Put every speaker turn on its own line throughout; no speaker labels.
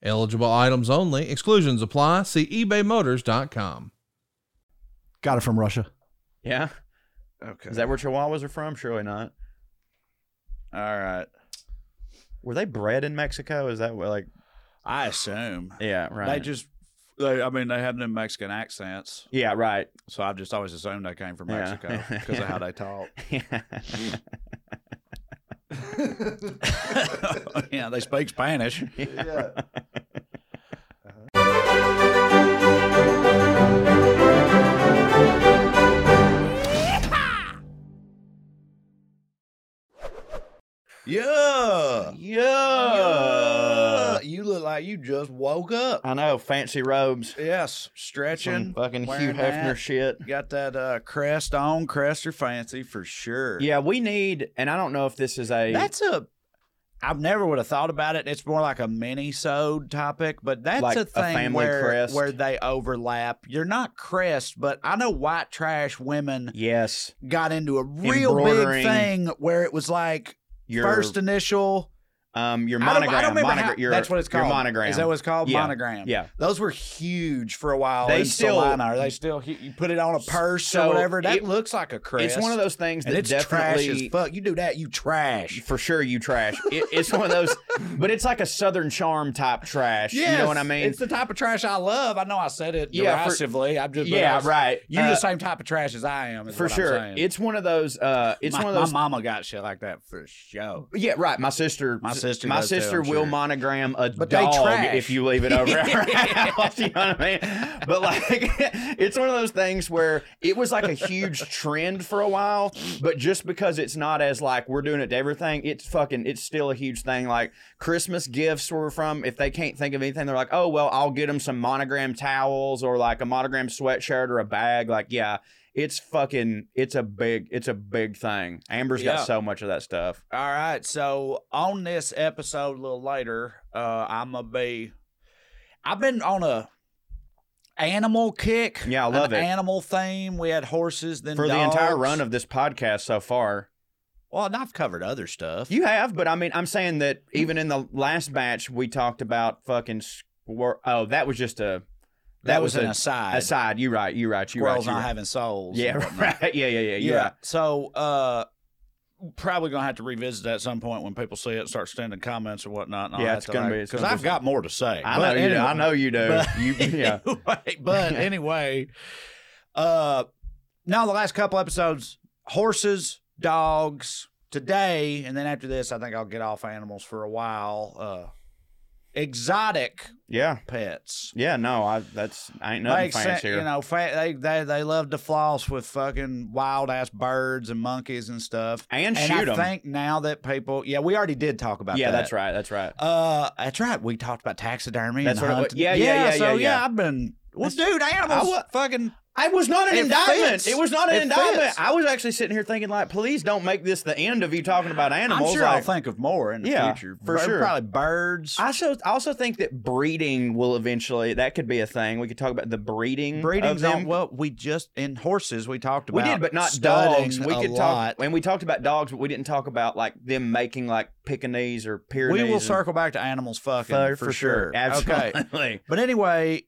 Eligible items only, exclusions apply. See ebaymotors.com.
Got it from Russia.
Yeah.
Okay.
Is that where Chihuahuas are from? Surely not.
All right.
Were they bred in Mexico? Is that what, like,
I assume
yeah, right.
they just. They, I mean, they had no Mexican accents,
yeah, right.
so I've just always assumed they came from
Yeah.
Mexico because of how they talk. yeah, they speak Spanish.
Uh-huh.
Yeah.
yeah.
You look like you just woke up.
I know. Fancy robes.
Yes,
Some
stretching.
fucking Hugh
wearing
Hefner
that.
shit.
Got that uh, crest on, crest or fancy for sure.
Yeah, we need, and I don't know if this is a
That's a. I never would have thought about it. It's more like a mini sewed topic, but that's
Like
a
a
thing
family
where
crest.
where they overlap. You're not crest, but I know white trash women
yes.
got into a real
Embroidering.
big thing where it was like
Your
first initial.
um, your
I don't-
monogram.
I don't, remember
monogra-
how,
your,
that's what it's called.
Your monogram.
Is that what it's called?
Yeah.
Monogram.
Yeah.
Those were huge for a while.
They
in
still-
Solana. Are they still? hu- You put it on a purse
So
or whatever. That
it-
looks like a crest.
It's one of those things that
And it's
definitely
trash as fuck. You do that, you trash.
for sure you trash. It, it's one of those, but it's like a Southern Charm type trash. you know what I mean?
It's the type of trash I love. I know I said it
Yeah, for-
derisively. I'm just but I
yeah,
was-
right.
You're
Uh,
the same type of trash as I am. Is
for
what I'm
sure.
saying.
It's one of those. Uh, it's
my,
one of those.
My mama got shit like that for sure.
yeah, right. My sister.
My sister
My
does too,
sister
I'm
will
sure.
monogram a
But they
dog
trash.
if you leave it over. her house, you know what I mean? But like, it's one of those things where it was like a huge trend for a while. But just because it's not as like we're doing it to everything, it's fucking. It's still a huge thing. Like Christmas gifts were from. If they can't think of anything, they're like, oh well, I'll get them some monogram towels or like a monogram sweatshirt or a bag. Like yeah. It's fucking. It's a big. It's a big thing. Amber's
Yeah.
got so much of that stuff.
All right. So on this episode a little later, uh, I'm gonna be. I've been on a animal kick.
Yeah, I love
an
it.
Animal theme. We had horses, then
for the entire
dogs.
run of this podcast so far.
Well, and I've covered other stuff.
You have, but I mean, I'm saying that even in the last batch, we talked about fucking squir- Oh, that was just a
that, was, an
a-
aside.
aside. You right. You right. You right.
Squirrels
You
not
right.
having souls. and
Yeah.
whatnot.
Right. Yeah. Yeah. Yeah. you
yeah.
right.
So uh probably gonna have to revisit that at some point when people see it and start sending comments and whatnot. And
Yeah, it's gonna be- it's
because
gonna
I've
be-
got more to say.
I know
But
you. do. I
anyway-
know you do.
but-
You. Yeah.
anyway, but anyway, uh, now the last couple episodes, horses, dogs. Today, and then after this, I think I'll get off animals for a while. Uh, exotic
Yeah.
pets.
Yeah. No. I. That's. I ain't nothing
Like
fancy here.
You know, fa- they, they they love to floss with fucking wild ass birds and monkeys and stuff. And
and shoot
I
them.
think now that people, yeah, we already did talk about
yeah.
that.
That's right. That's right.
Uh, that's right. We talked about taxidermy.
That's
and
what it was.
hunting.
Yeah, yeah, yeah,
So
yeah, yeah.
I've been. Well, dude, animals.
I wa-
fucking.
I was not an
It
indictment.
fits.
It was not an
It
indictment.
fits.
I was actually sitting here thinking, like, please don't make this the end of you talking about animals.
I'm sure I'll
like,
think of more in the
Yeah,
future.
for
Bir-
sure.
Probably birds.
I also, I also think that breeding will eventually that could be a thing. We could talk about the breeding of
Breeding's
them.
on. Well, we just in horses we talked
we
about.
did, but not
studding
dogs. We
a
could
lot.
talk, and we talked about dogs, but we didn't talk about like them making like Pekingese or Pyrenees.
We will
and-
circle back to animals fucking
For-
for,
for sure.
sure.
Absolutely.
Okay. But anyway,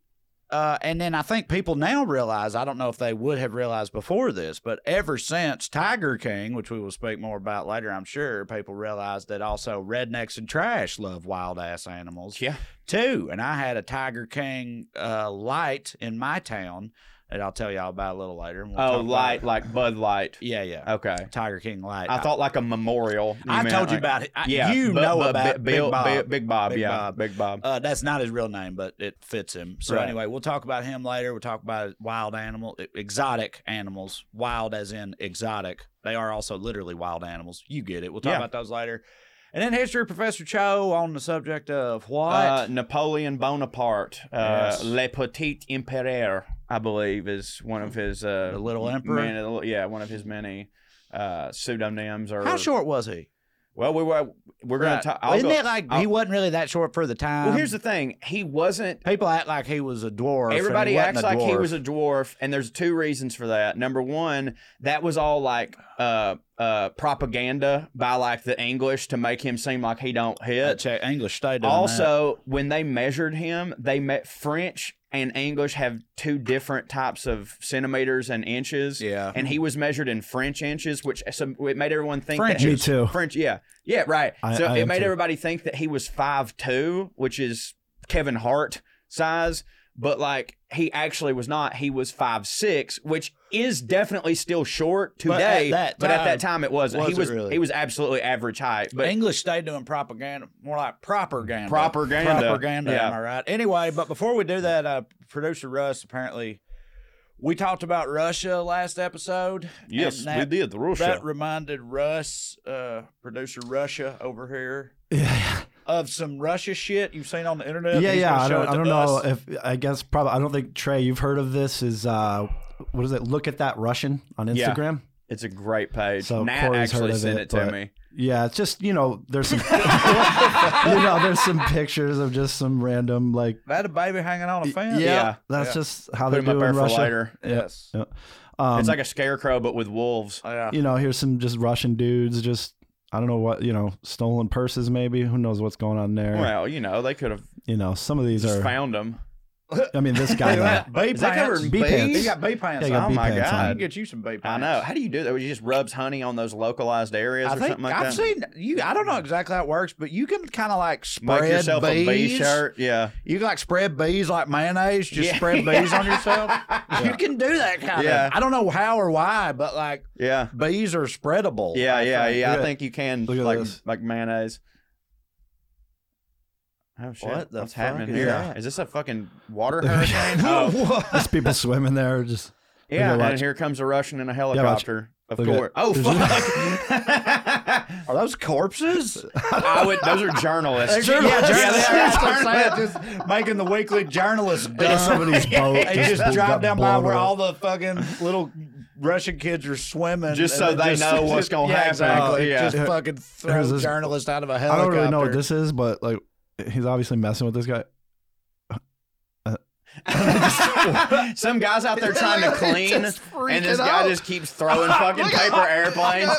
uh, and then I think people now realize, I don't know if they would have realized before this, but ever since Tiger King, which we will speak more about later, I'm sure, people realize that also rednecks and trash love wild ass animals
Yeah.
too. And I had a Tiger King uh, light in my town that I'll tell y'all about a little later. and we'll talk
Oh,
about
light
it.
like Bud Light.
Yeah, yeah.
Okay.
Tiger King light.
I thought like a memorial.
I,
meant,
told you
like-
about it. I,
yeah,
you
Bu-
know
Bu-
about
Bi-
Big
Bill-
Bob.
Bi- Big Bob.
Big
yeah,
Bob.
Big Bob.
Uh, that's not his real name, but it fits him. So
Right.
anyway, we'll talk about him later. We'll talk about wild animal, e, exotic animals. Wild as in exotic. They are also literally wild animals. You get it. We'll talk
Yeah.
about those later. And then history professor Cho on the subject of what?
Uh, Napoleon Bonaparte, uh,
Yes.
Le Petit Empereur, I believe, is one of his uh,
The Little Emperor?
many- the li- yeah, one of his many uh, pseudonyms. Or
How short was he?
Well, we were we're gonna
Right.
talk.
Isn't it like he wasn't really that short for the time?
well, here's the thing. He wasn't.
people act like he was a dwarf. and he
Everybody
wasn't
acts
a
like he
dwarf.
was a dwarf, and there's two reasons for that. Number one, that was all like uh, uh, propaganda by like the English to make him seem like he don't hit.
That check English state.
Also, when they measured him, they met French and English have two different types of centimeters and inches.
Yeah.
And he was measured in French inches, which so it made everyone think
French.
that
Me too.
French, yeah. Yeah, right.
I-
so
I
it
am
made
too.
everybody think that he was five two, which is Kevin Hart size. But like he actually was not. He was five six, which is definitely still short
But at
today.
that
but at that
time,
time it wasn't. he
was it
was
really?
he was absolutely average height. But
English state doing propaganda, more like propaganda.
Propaganda.
Propaganda,
Yeah.
am I right? Anyway, but before we do that, uh, producer Russ apparently. We talked about Russia last episode. and that,
did the Russia.
That reminded Russ, uh, producer Russia over here,
Yeah,
of some Russia shit you've seen on the internet.
yeah.
He's
yeah.
gonna
I
show
don't,
it
I
to
don't know
us.
if I guess probably I don't think Trey, you've heard of this. Is uh, what is it? Look at that Russian on
Yeah.
Instagram.
It's a great page.
So
Nat
Corey's heard
actually
of
sent
it,
it, to
but-
me.
Yeah, it's just you know there's some you know there's some pictures of just some random like
That a baby hanging on a
yeah,
fence.
that's
Yeah.
just how
Put
they're
him up
doing
there for
Russia.
later.
Yes.
Um,
it's like a scarecrow, but with wolves.
Yeah.
you know here's some just Russian dudes just I don't know what you know stolen purses maybe who knows what's going on there.
Well, you know, they could have
You know some of these
just
are
found them.
I mean this guy. though.
Bee
Is that
pants.
covered in
Bee pants.
You
bees?
got bee pants.
Yeah, you
on.
got
Oh
bee
my
I
pants on.
can
God.
get you some bee pants.
I know. How do you do that? It just rubs honey on those localized areas
I
or
think
something like
I've
that.
seen you. I don't know exactly how it works, but you can kind of like
Make
spread
yourself
bees.
a bee shirt. Yeah.
You can like spread bees like mayonnaise. Just
Yeah.
spread bees on yourself. You can do that kind
Yeah.
of. I don't know how or why, but like
Yeah.
bees are spreadable.
Yeah,
I
yeah,
think.
yeah.
Oh, Look
I
at-
think you can
look at
like
this.
like mayonnaise. Oh shit!
What the
What's
fuck
happening
is
here? Is
that?
this a fucking water hurricane? oh,
There's people swimming there just
yeah.
watch.
And here comes a Russian in a
watch.
helicopter. Of
Look at-
course. Oh fuck!
Are those corpses?
I would. Those are journalists.
Yeah, journalists.
Yeah, they are
That's what I'm saying. Just making the weekly journalist
Look at
dumb.
somebody's boat.
They just,
got
drive down by
blown
where
up.
all the fucking little Russian kids are swimming,
Just
and
so they know what's
just-
gonna
yeah,
happen. Oh,
Exactly.
Yeah.
Just fucking throw
There's
a
this-
journalist out of a
I don't
helicopter.
really know what this is, but like he's obviously messing with this guy.
Some guys out there trying to clean, and this guy just keeps throwing fucking paper airplanes.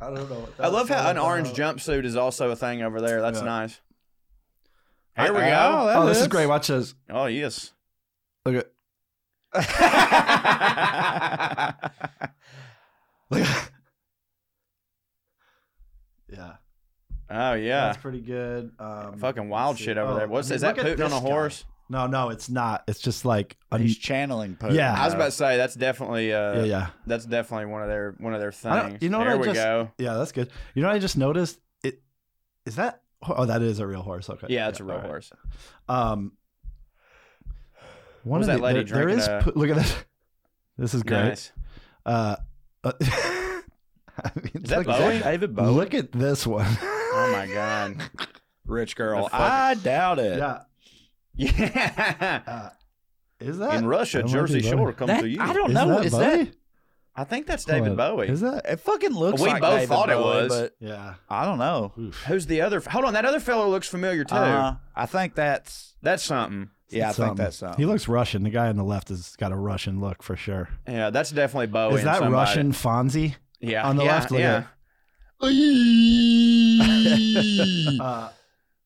I don't know. What
I love how an orange jumpsuit is also a thing over there. That's
Yeah.
nice. Here we go.
Oh, that
Oh, this is great. Watch this.
Oh yes.
Look at look. At, yeah,
oh yeah.
that's pretty good. Um,
Fucking wild
let's see.
shit over
Oh,
there. What's
I mean,
is that
look at
pooting on a
this guy.
horse?
No, no, it's not. It's just like a,
He's channeling Putin.
Yeah.
I was about to say that's definitely uh,
yeah, yeah,
that's definitely one of their one of their
I don't-
things.
you know what
there
I
we
just-
go.
yeah. That's good. You know, what I just noticed it. Is that? Oh, that is a real horse. Okay.
Yeah, it's a real
all right.
horse.
Um, one
was
of
that
the-
lady
there- there
drinking
is.
a-
pu- Look at this. This is great.
Nice.
Uh, uh, I mean,
Is that
look,
Bowie?
David
look at this one.
Oh my god.
rich girl.
The fuck-
I doubt it.
yeah.
Yeah.
Uh, is that?
In Russia,
that might be
Jersey
Bowie.
Shore comes
That-
to you.
I don't
is
know.
That
Is
Bowie?
that?
I think that's
Hold
David
on.
Bowie.
Is that?
It fucking looks.
We
like
both
David
thought it
Bowie,
was.
but
Yeah.
I don't know.
Who's the other? Hold on, that other fellow looks familiar too.
Uh-huh.
Uh, I think that's.
That's something.
Yeah, I
It's, um,
think that's something.
He looks Russian. The guy on the left has got a Russian look for sure.
Yeah, that's definitely Bowie.
is
and
that
somebody.
Russian Fonzie?
Yeah,
on the
yeah,
left? Look
yeah.
at Uh,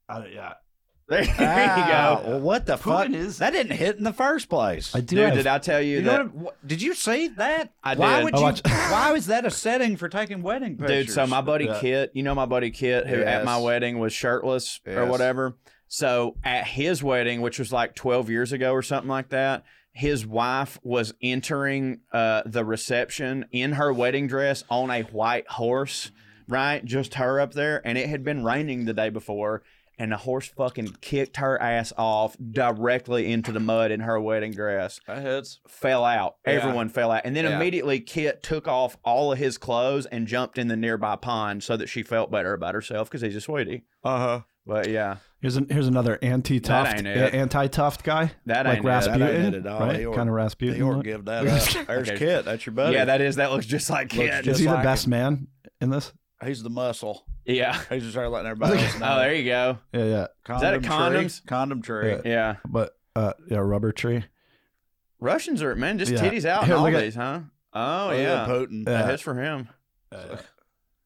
I, yeah.
There you
Ow.
go.
Ah, Well, what the fuck?
Putin is-
That didn't hit in the first place.
I do.
Dude,
have,
did I tell you,
You know
that?
what- what- did you see that?
I
why
did.
Would
I
you,
watched-
why is that a setting for taking wedding pictures?
Dude, so my buddy
Yeah.
Kit, you know my buddy Kit, who at my
Yes.
wedding was shirtless or
Yes.
whatever. So at his wedding, which was like 12 years ago or something like that, his wife was entering uh, the reception in her wedding dress on a white horse, right? Just her up there. And it had been raining the day before. and the horse fucking kicked her ass off directly into the mud in her wedding dress.
That hurts.
Fell out.
Yeah.
Everyone fell out. And then
Yeah.
immediately Kit took off all of his clothes and jumped in the nearby pond so that she felt better about herself because he's a sweetie.
Uh huh.
But yeah,
Here's an, here's another anti
ain't
tuft
it.
anti tuft guy
that
like
ain't it.
Rasputin,
That ain't it at all.
right?
They were-
kind of Rasputin.
They or
look.
give that up. There's
Okay.
Kit. That's your buddy.
Yeah, that is. That looks just like Kit.
Looks
Is
just
he the
like
best man in this?
He's the muscle.
yeah.
He's just started letting everybody else know.
Oh, there you go.
Yeah, yeah.
Is that a
Condom
condoms?
tree. Condom tree.
Yeah.
Yeah.
But uh, yeah, rubber tree.
Russians are man, just
Yeah.
titties out
Here,
and all
look at-
these, huh? Oh
Oh, yeah,
yeah,
Putin.
Yeah.
that's for him.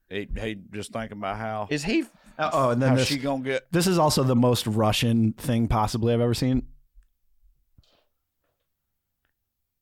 He, he just thinking about how
Is he?
Oh, and then
how
this.
she gonna get.
This is also the most Russian thing possibly I've ever seen.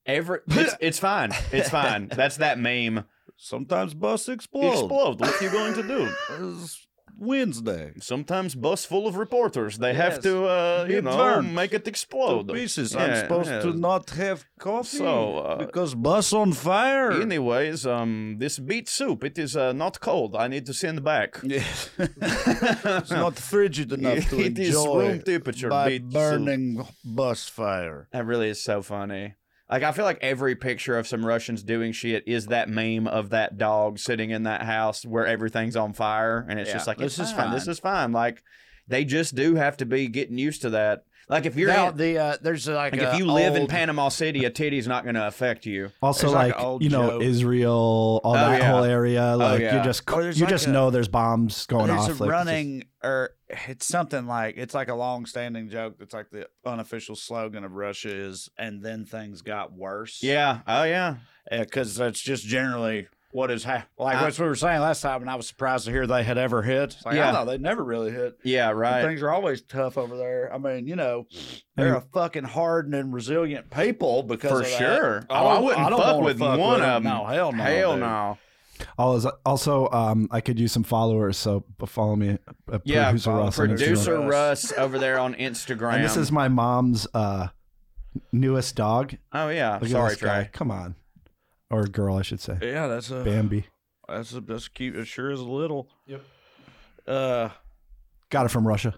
Every it's, it's fine. It's fine. That's that meme.
Sometimes bus explodes.
Explode. What you going to do?
It's Wednesday.
Sometimes bus full of reporters. They have
Yes.
to, uh, you
It
know,
burns
make it
Two
explode.
pieces. I'm
Yeah,
supposed
yeah.
to not have coffee
So, uh,
because bus on fire.
Anyways, um, this beet soup. It is uh, not cold. I need to send back.
Yes. it's not frigid enough to
It is
enjoy
room temperature
by
beet soup.
burning bus fire.
That really is so funny. Like I feel like every picture of some Russians doing shit is that meme of that dog sitting in that house where everything's on fire, and it's
Yeah,
just like
this
this it's
is
fine. This is fine. Like they just do have to be getting used to that. Like if you're
Now,
in,
the uh, there's uh, like,
like if
a
you live in
old-
Panama City, a titty's not going to affect you.
Also,
There's like
like,
an old
you know,
joke.
Israel, all
Oh,
that
yeah.
whole area. Like
yeah.
you just
Or
you
there's like
just
a- Oh,
know there's bombs going
there's a
off. like, it's just-
running or it's something like it's like a long-standing joke that's like the unofficial slogan of Russia is and then things got worse.
Yeah. Oh yeah.
because that's just generally what is hap- like
I-
what we were saying last time, and I was surprised to hear they had ever hit. It's Like,
Yeah.
I thought they never really hit.
Yeah.
And
Right.
Things are always tough over there. I mean, you know, they're a fucking hardened and resilient people because
For
of that.
sure.
I
Oh, I
don't-
wouldn't
I don't
fuck
wanna
with
fuck
one
with 'em.
of them.
No, hell no,
Hell
dude.
no.
All is- also, um, I could use some followers, so follow me. uh,
Yeah.
producer Russ on Instagram.
Producer Russ over there on Instagram.
And this is my mom's uh, newest dog.
oh yeah.
Look at
Sorry,
this guy.
Trey.
Come on, or girl, I should say.
Yeah, that's a
Bambi
that's a that's cute. It sure is a little. Yep. Uh.
got it from Russia.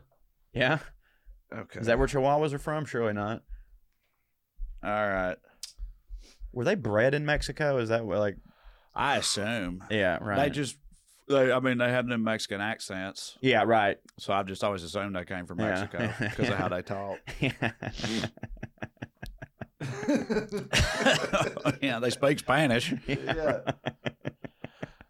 Yeah.
Okay.
Is that where Chihuahuas are from? Surely not.
All right.
Were they bred in Mexico? Is that what, like,
I assume
yeah, right.
they just. They, I mean, they have no Mexican accents,
yeah, right.
so I've just always assumed they came from
Yeah.
Mexico because of how they talk. yeah, they speak Spanish.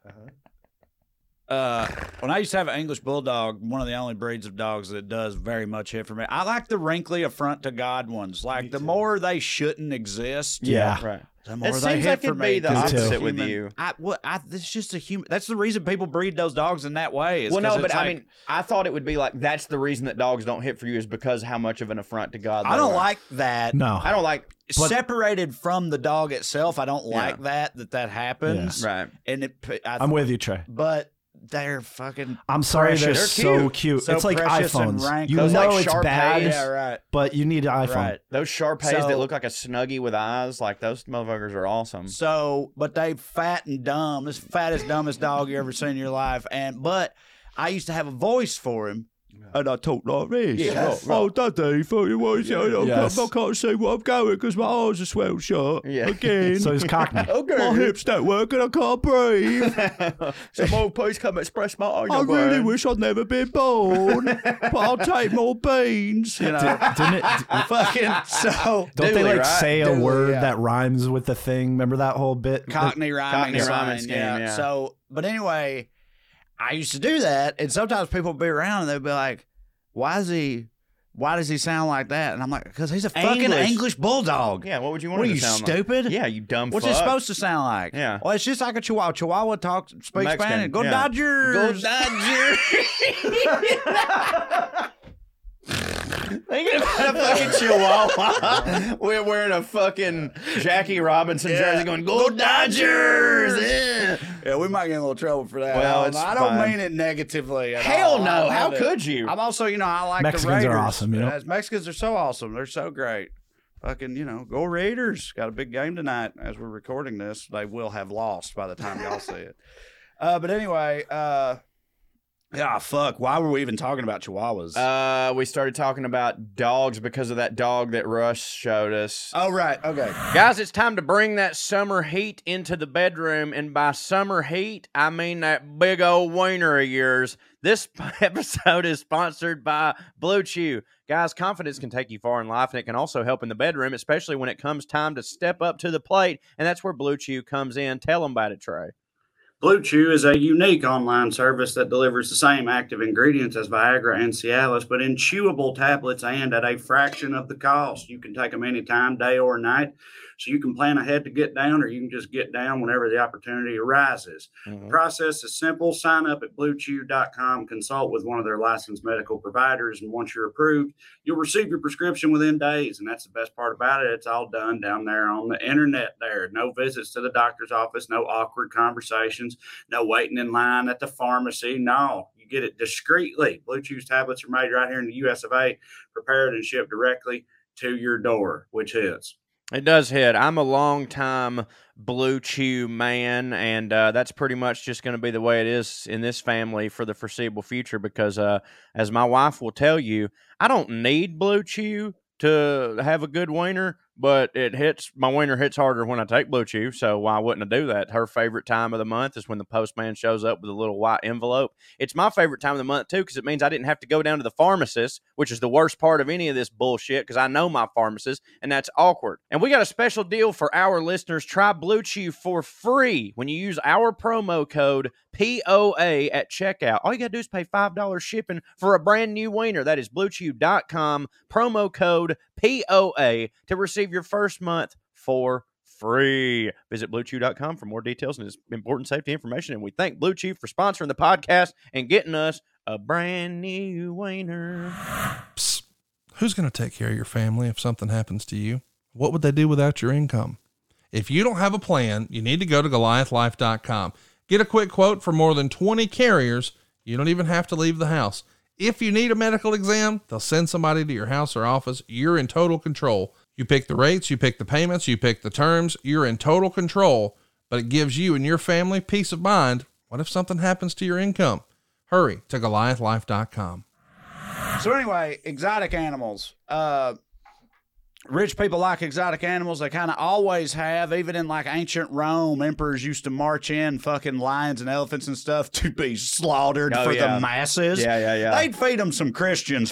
Uh-huh. Uh, when I used to have an English bulldog, one of the only breeds of dogs that does very much hit for me. I like the wrinkly affront to God ones. Like the more they shouldn't exist,
Yeah.
right.
the
It
more they
seems
hit
like
for
it'd
me.
be the
'cause it's
opposite with
human-
you.
I well, I, this is just a human. That's the reason people breed those dogs in that way. is
Well,
'cause
no,
it's
but I
like-
mean, I thought it would be like that's the reason that dogs don't hit for you is because how much of an affront to God.
I
they
don't
are.
like that.
No,
I don't like.
But-
Separated from the dog itself, I don't
Yeah.
like that that that happens.
Right.
And it, I,
I'm with you, Trey.
but they're fucking
I'm sorry, they're,
Precious. They're
so
cute.
cute.
So
it's like
precious and
iPhones.
rank.
You
Those,
know
like,
it's
Shar
bad,
Pays.
yeah right
but you need an iPhone.
right.
Those Sharpays
So-
that look like a Snuggie with eyes, like those motherfuckers are awesome.
So, but they fat and dumb, as fat as dumbest dog you ever seen in your life. And but I used to have a voice for him. And I talk like this.
Yes.
Oh, daddy, thought you was
Yes.
I can't see what I'm going because my eyes are swelled shut.
Yeah.
Again.
So he's Cockney.
Okay.
my hips don't work and I can't breathe.
Some old please come express my
I really wish I'd never been born, but I'll take more beans. You know,
Didn't it,
fucking so
don't they
Dooley,
like
right?
say
Dooley,
a word
yeah.
that rhymes with the thing? Remember that whole bit?
Cockney rhyming,
Cockney rhyming
scheme,
scheme,
yeah.
yeah.
So, but anyway, I used to do that, and sometimes people would be around and they'd be like, "Why is he? Why does he sound like that?" And I'm like, "Cause he's a fucking
English.
English, bulldog.
Yeah. What would you want
What are
it to
you
sound
stupid?
Like? Yeah, you dumb.
What's
fuck.
it supposed to sound like?
Yeah.
Well, it's just like a Chihuahua. Chihuahua talks, speaks
Mexican,
Spanish. Go
yeah.
Dodgers.
Go Dodgers. Thinking about a fucking chihuahua. We're wearing a fucking Jackie Robinson jersey going, Go, Dodgers! Yeah.
Yeah, we might get in a little trouble for that.
Well,
Alan.
it's
I don't
fine.
mean it negatively. at all.
Hell
Oh, I
no.
love
How
it.
could you?
I'm also, you know, I like
Mexicans
the
are
Raiders.
awesome, you know?
Yes, Mexicans are so awesome. They're so great. Fucking, you know, go Raiders. Got a big game tonight as we're recording this. They will have lost by the time y'all see it. Uh, but anyway, uh,
Yeah, fuck. Why were we even talking about Chihuahuas?
Uh, we started talking about dogs because of that dog that Russ showed us.
oh, right. Okay.
Guys, it's time to bring that summer heat into the bedroom. And by summer heat, I mean that big old wiener of yours. This episode is sponsored by Blue Chew. Guys, confidence can take you far in life and it can also help in the bedroom, especially when it comes time to step up to the plate. And that's where Blue Chew comes in. Tell them about it, Trey.
Blue Chew is a unique online service that delivers the same active ingredients as Viagra and Cialis, but in chewable tablets and at a fraction of the cost. You can take them anytime, day or night. So you can plan ahead to get down, or you can just get down whenever the opportunity arises.
Mm-hmm.
The process is simple. Sign up at bluechew.com, consult with one of their licensed medical providers, and once you're approved, you'll receive your prescription within days. And that's the best part about it. It's all done down there on the internet there. No visits to the doctor's office, no awkward conversations, no waiting in line at the pharmacy. No, you get it discreetly. Blue Chew's tablets are made right here in the US of A, prepared and shipped directly to your door, which is
It does hit. I'm a long time blue chew man, and uh, that's pretty much just going to be the way it is in this family for the foreseeable future. Because, uh, as my wife will tell you, I don't need blue chew to have a good wiener, but it hits my wiener hits harder when I take blue chew. So why wouldn't I do that? Her favorite time of the month is when the postman shows up with a little white envelope. It's my favorite time of the month too because it means I didn't have to go down to the pharmacist, which is the worst part of any of this bullshit because I know my pharmacist and that's awkward. And we got a special deal for our listeners. Try Blue Chew for free when you use our promo code POA at checkout. All you got to do is pay $5 shipping for a brand new wiener. That is bluechew.com, promo code POA to receive your first month for free. Visit bluechew.com for more details and its important safety information. And we thank Blue Chew for sponsoring the podcast and getting us a brand new wiener.
Psst. Who's going to take care of your family if something happens to you? What would they do without your income? If you don't have a plan, you need to go to goliathlife.com. Get a quick quote for more than 20 carriers. You don't even have to leave the house. If you need a medical exam, they'll send somebody to your house or office. You're in total control. You pick the rates, you pick the payments, you pick the terms. You're in total control, but it gives you and your family peace of mind. What if something happens to your income? Hurry to goliathlife.com.
So anyway, exotic animals. Uh, rich people like exotic animals. They kind of always have. Even in like ancient Rome, emperors used to march in fucking lions and elephants and stuff to be slaughtered
Oh,
for
yeah.
the masses.
Yeah, yeah, yeah.
They'd feed them some Christians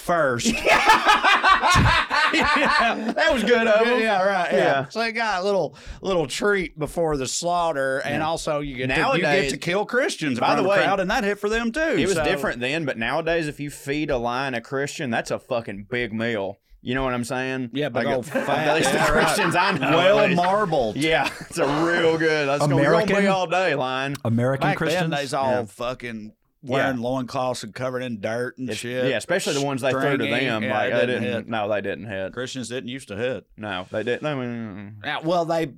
first.
that was good of
Yeah,
him.
yeah, right. Yeah.
Yeah.
So they got a little little treat before the slaughter, and also you get to, you get
Nowadays-
to kill Christians
By
by
the
the
way,
crowd, and that hit for them too.
It was
So-
different then, but nowadays, if you feed a lion a Christian, that's a fucking big meal. You know what I'm saying?
Yeah, big
Like,
old
At
fat-
least
yeah,
the
right.
Christians I know. at
well
least.
marbled.
Oh, Yeah, it's a real good. That's gonna- we're gonna be
American?
all day, lion.
American
Back
Christians.
then, they's all fucking wearing loincloths and covered in dirt and
It's-
shit.
Yeah, especially the ones they threw to
Stringing.
them.
Yeah,
like
it
they
didn't
didn't.
hit.
No, they didn't hit.
Christians didn't used to hit.
No, they didn't. I mean,
Yeah, well, they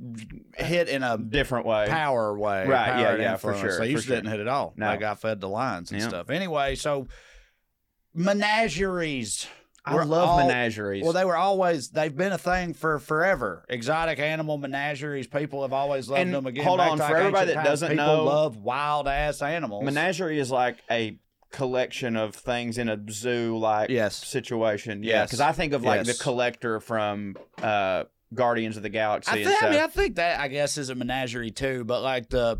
hit in a
different way.
power way,
Right,
power
yeah,
and
yeah, for
influence.
sure,
They
for
used to
sure.
didn't hit at all.
No.
Like I fed the lions and
Yeah.
stuff. Anyway, so menageries.
I
were
love
all-
menageries.
Well, they were always they've been a thing for forever. Exotic animal menageries. People have always loved
And
them. Again,
hold
back
on,
to, like,
for everybody
ancient
that
times,
doesn't
people
know-
love wild ass animals.
Menagerie is like a collection of things in a zoo like
Yes.
situation. Yeah,
Yes.
because I think of like
Yes.
the collector from uh, Guardians of the Galaxy.
I,
and
think, I
stuff.
mean, I think that I guess is a menagerie too, but like the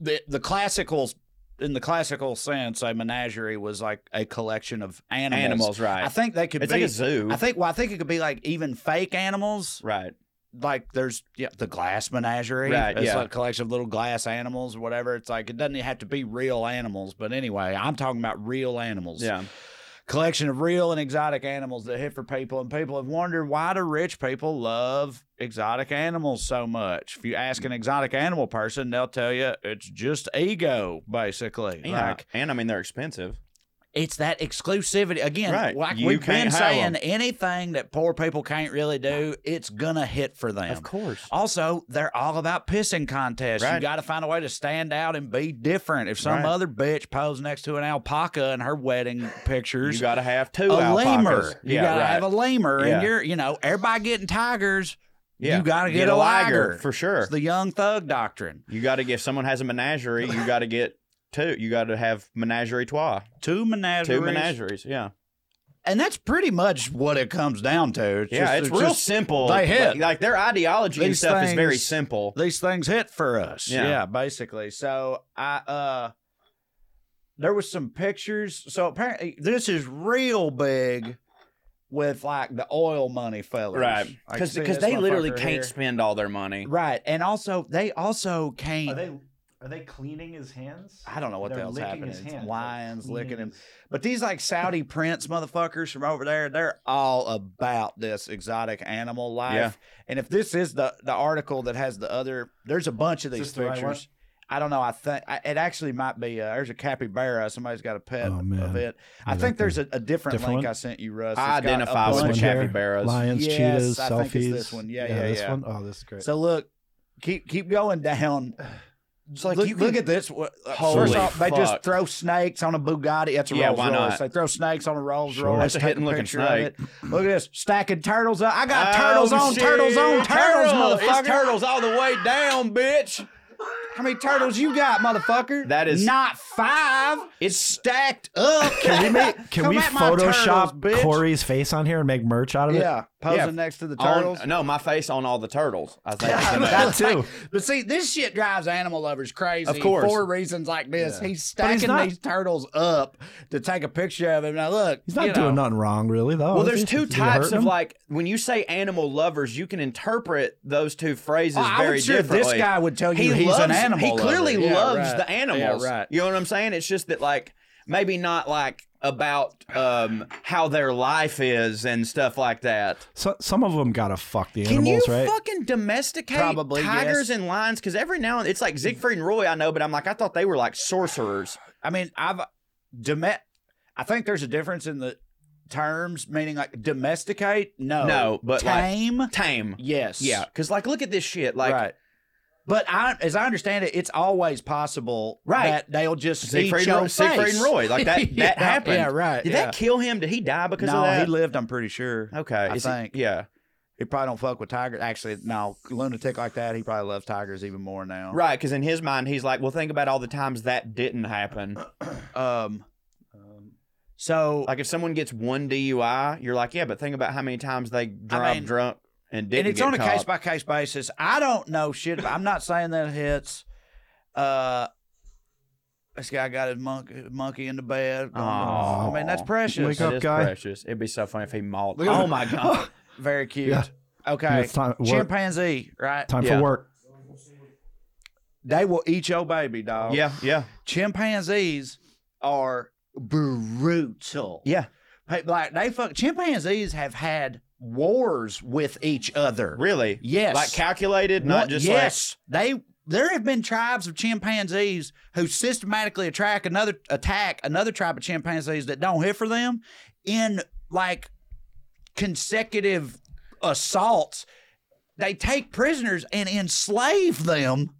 the the classicals in the classical sense, a menagerie was like a collection of animals.
animals, right?
I think they could
it's
be.
like a zoo,
I think. Well, I think it could be like even fake animals.
right?
Like there's yeah, the glass menagerie.
Right,
It's
yeah.
like a collection of little glass animals or whatever. It's like it doesn't have to be real animals. But anyway, I'm talking about real animals
Yeah,
collection of real and exotic animals that hit for people and people have wondered why do rich people love exotic animals so much if you ask an exotic animal person they'll tell you it's just ego basically
yeah.
like
and I mean they're expensive.
it's that exclusivity again
Right.
like
You
we've been
can't have
saying
'em.
anything that poor people can't really do it's gonna hit for them
Of course.
also, they're all about pissing contests. You
Right.
got to find a way to stand out and be different. If some
Right.
other bitch posed next to an alpaca in her wedding pictures,
You got to have two
a
alpacas.
lemur. You
yeah,
gotta
right.
have a lemur,
Yeah.
and you're, you know, everybody getting tigers.
Yeah.
You gotta get, a liger.
for sure.
It's the young thug doctrine.
you got to get. If someone has a menagerie, you got to get two. You got to have menagerie trois,
Two menageries.
two menageries. Yeah,
And that's pretty much what it comes down to. It's
yeah,
just-
it's real
just
simple.
they hit.
Like, like their ideology and
These
stuff is very
things-
simple.
these things hit for us.
Yeah.
Yeah. basically. So I uh there was some pictures. So apparently this is real big with like the oil money fellas. Like,
Because
see
because
this
they literally
motherfucker
can't
here?
spend all their money.
Right. And also they also
Are
can't
Oh, they are they cleaning his hands?
I don't know what the
They're
hell's
licking
happening.
his
It's
hands. Mm-hmm.
Lions
They're
licking him.
cleaning his-
But these like Saudi prince motherfuckers from over there, they're all about this exotic animal life.
Yeah.
And if this is the the article that has the other, there's a bunch of
Is
these
this the right one?
pictures. I don't know. I think I, it actually might be. Uh, there's a capybara. Somebody's got a pet
Oh, man.
of it. I
Yeah,
think
that
there's a, a different,
Different
link
one?
I sent you, Russ.
I
It's got a
identify with
bunch
the
of-
This one here?
capybaras.
Lions,
Yes,
cheetahs,
I
selfies.
think it's this one. Yeah, yeah,
this
yeah.
one. Oh, this is great.
So look, keep keep going down.
It's like
look,
you
look
can-
at this. What- uh,
Holy
First off, they
fuck.
just throw snakes on a Bugatti. That's a
Yeah,
Rolls
why
Royce.
not?
They throw snakes on a Rolls
Sure.
Royce.
That's a
Take
hidden looking
picture of
snake.
it. Look at this stacking turtles up. I got
Oh,
turtles on,
shit.
turtles on, turtles,
Turtle. It's
motherfucker.
turtles all the way down, bitch.
How many turtles you got, motherfucker?
That is-
not five.
It's
stacked up.
can we make? Can
Come
we
at my turtles,
Photoshop
bitch.
Corey's face on here and make merch out of it?
Yeah, posing
Yeah.
next to the
on-
turtles.
no, my face on all the turtles. I think.
Yeah,
it's gonna-
that too.
But see, this shit drives animal lovers crazy.
Of course.
For reasons like this. He's
But
stacking
he's not-
these turtles up to take a picture of him. Now, look.
He's not
you
doing
know,
nothing wrong, really, though.
well,
is
there's
he?
two
Is he
types
hurting
of
him?
like when you say animal lovers, you can interpret those two phrases
Oh, I
very
was sure
differently.
this guy would tell you
he
he's
loves,
an animal.
He
lover.
clearly
Yeah,
loves
right.
the animals.
Yeah, right.
You know what I'm saying? It's just that like maybe not like about um, how their life is and stuff like that.
So, some of them gotta fuck the
Can you
animals, right?
fucking domesticate
Probably,
tigers
yes.
and lions? Because every now and it's like Siegfried and Roy, I know, but I'm like, I thought they were like sorcerers.
I mean, I've domet. I think there's a difference in the terms, meaning like domesticate. No,
No, but like
tame.
tame.
yes,
Yeah, because like look at this shit. Like
right. But I, as I understand it, it's always possible
Right.
that they'll just
Siegfried,
eat
and
your
Roy, Siegfried
face.
and Roy, like that that
Yeah,
happened.
Yeah, right.
Did
yeah.
that kill him? Did he die because
no,
of that?
he lived. I'm pretty sure.
okay,
I
is he-
think.
yeah,
He probably don't fuck with tigers. Actually, no, lunatic like that. He probably loves tigers even more now.
right. Because in his mind, he's like, well, think about all the times that didn't happen.
Um. So
Like if someone gets one DUI, you're like, yeah, but think about how many times they drive
mean,
drunk and didn't.
and it's
get
on a
caught.
case by case basis. I don't know shit. about- I'm not saying that it hits. Uh, this guy got his monkey monkey into bed. I mean, that's
Aw.
precious.
Wake
That
up,
is
guy.
precious. It'd be so funny if he mauled.
at
Oh
him.
my god.
Very cute.
Yeah. Yeah,
Okay,
it's time. Work.
chimpanzee. Right?
Time
Yeah.
for work.
They will eat your baby dog.
yeah, yeah,
Chimpanzees are brutal.
yeah.
Hey, Like they fuck. Chimpanzees have had wars with each other.
Really?
Yes.
Like calculated, not
What-
just
yes, they there have been tribes of chimpanzees who systematically attract another attack another tribe of chimpanzees that don't hit for them in like consecutive assaults. They take prisoners and enslave them.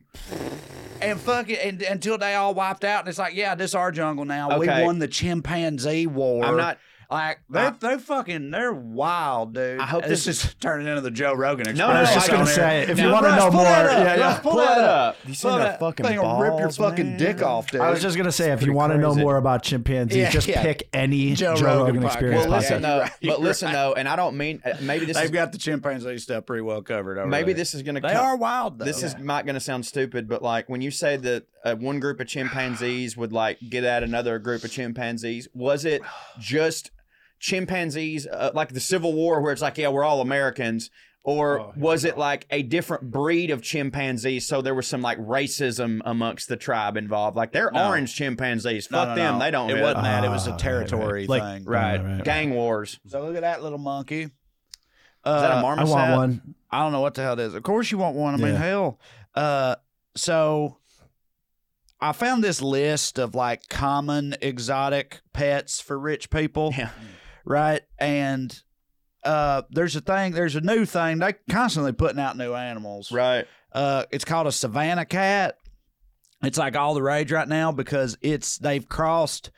And fuck it, and, until they all wiped out, and it's like, yeah, this our jungle now.
Okay.
We won the chimpanzee war.
like. I'm not.
like
I-
they're, they're fucking they're wild, dude.
I hope
this, is turning into the Joe Rogan.
No, no,
Experience.
I was
no,
just
I
gonna
don't-
say, if
no.
you want to
Russ,
know
pull
more,
that up.
yeah,
Russ,
yeah.
pull
Pull
that
that
up.
up. You seen
Pull
their
that-
fucking
thing will rip your
balls,
fucking
man?
dick off, dude.
I was just gonna say, if you
pretty
want to know
crazy.
more about chimpanzees,
Yeah,
just
yeah.
pick any
Joe
Joe,
Rogan
Rogan,
podcast.
Experience
Well,
Yeah,
listen
podcast.
though,
right,
but
you're
listen though, and I don't mean uh, maybe this is
They've got the chimpanzee stuff pretty well covered. Over
maybe
there.
this is gonna
They
come-
are wild. Though.
This is not going to sound stupid, but like when you say that uh, one group of chimpanzees would like get at another group of chimpanzees, was it just chimpanzees uh, like the Civil War where it's like, yeah, we're all Americans? Or
Oh,
was it like a different breed of chimpanzees? So there was some like racism amongst the tribe involved. Like they're orange chimpanzees.
No,
Fuck
no,
them.
no.
They don't.
It
hit.
wasn't that. It was
Ah,
a
right,
territory
right. Like-
thing.
right.
Right, right.
Gang wars. Is
So look at that little monkey. Is
that a
Uh, I
marmoset?
want one.
I don't know what the hell it is. Of course you want one. I mean,
Yeah.
hell. Uh, so I found this list of like common exotic pets for rich people.
Yeah.
Right. And uh, there's a thing, there's a new thing. They constantly putting out new animals.
Right.
Uh, it's called a Savannah cat. It's like all the rage right now because it's they've crossed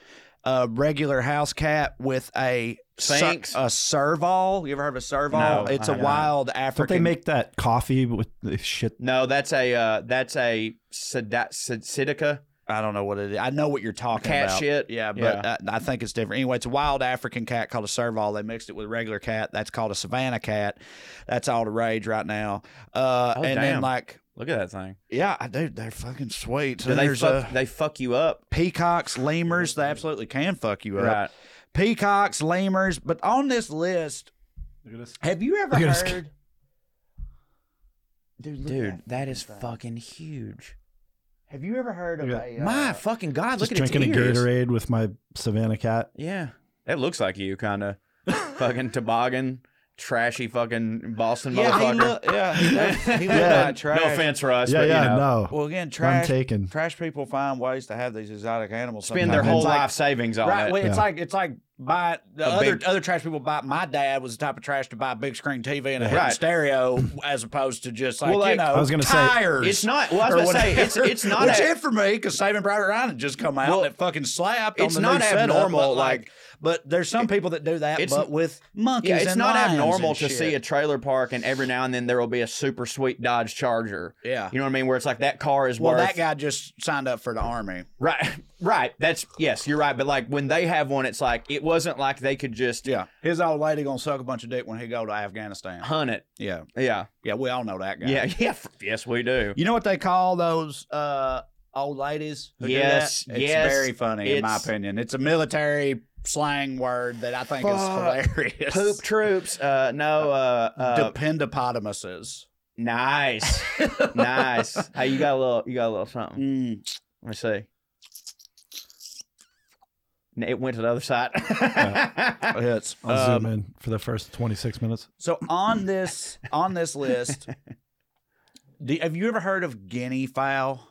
a regular house cat with a ser-
Sphinx?
a serval. You ever heard of a serval?
No,
it's
I
a
haven't.
wild
Don't
African.
they make that coffee with the shit?
No, that's a uh, that's a sida- sid- Sidica.
I don't know what it is. I know what you're talking
Cat
about.
shit.
Yeah, but
Yeah.
I, I think it's different. Anyway, it's a wild African cat called a serval. They mixed it with regular cat. That's called a savannah cat. That's all the rage right now. Uh,
Oh,
and then
damn.
like,
Look at that thing.
yeah, I- dude, they're fucking sweet.
Do
So
they
there's
fuck,
uh,
they fuck you up?
peacocks, lemurs. They absolutely can fuck you up. Peacocks, lemurs. But on this list,
Look at this.
have you ever
Look at his-
heard? Dude, look at
Dude,
that.
that is fucking huge.
Have you ever heard of
Look at
a
My
uh,
fucking god,
Just
look at
drinking a
its ears.
Gatorade with my Savannah cat.
Yeah. That looks like you kind of fucking toboggan, trashy fucking Boston
Yeah, he
motherfucker.
look, yeah, he look, he look
Yeah.
like trash.
No offense, Russ,
yeah,
but
yeah,
you know,
no.
Well, again,
I'm
trash
taken.
trash people find ways to have these exotic animals.
spend
sometimes.
their
It's
whole
like-
life savings on
Right,
it.
well, it's
Yeah.
like it's like buy
A
the other
big-
other trash people buy. My dad was the type of trash to buy a big screen TV and a hidden
Right.
stereo, as opposed to just like,
Well,
you
like-
know,
I was gonna say-
tires.
It's not. Well, I
or
was gonna say it's
whatever.
it's not.
Which
a-
it for me because Saving Private Ryan had just come out
Well,
and it fucking slapped.
it's
on the new
not
setup,
abnormal,
but
like-
but there's some people that do that,
It's-
but with monkeys.
yeah, it's
and
not
lions and
abnormal to see a
shit.
trailer park, and every now and then there will be a super sweet Dodge Charger.
Yeah.
You know what I mean? Where it's like that car is
Well,
worth
that guy just signed up for the army.
right, right. That's yes, you're right. But like when they have one, it's like it wasn't like they could just
Yeah, his old lady gonna suck a bunch of dick when he go to Afghanistan.
hunt it.
Yeah,
Yeah,
yeah, we all know that guy.
yeah, yeah. f- Yes, we do.
you know what they call those uh, old ladies? who do
Yes,
that? it's
yes,
very funny in my
it's-
opinion. It's a military slang word that I think
Fuck.
is hilarious.
Poop troops. Uh, no. Uh, uh,
Dependopotamuses.
nice, nice. Hey, you got a little. You got a little
Mm.
something. Let me see. N- It went to the other side. Oh,
It's
I'll
um,
zoom in for the first 26 minutes.
so on this on this list. do, have you ever heard of guinea fowl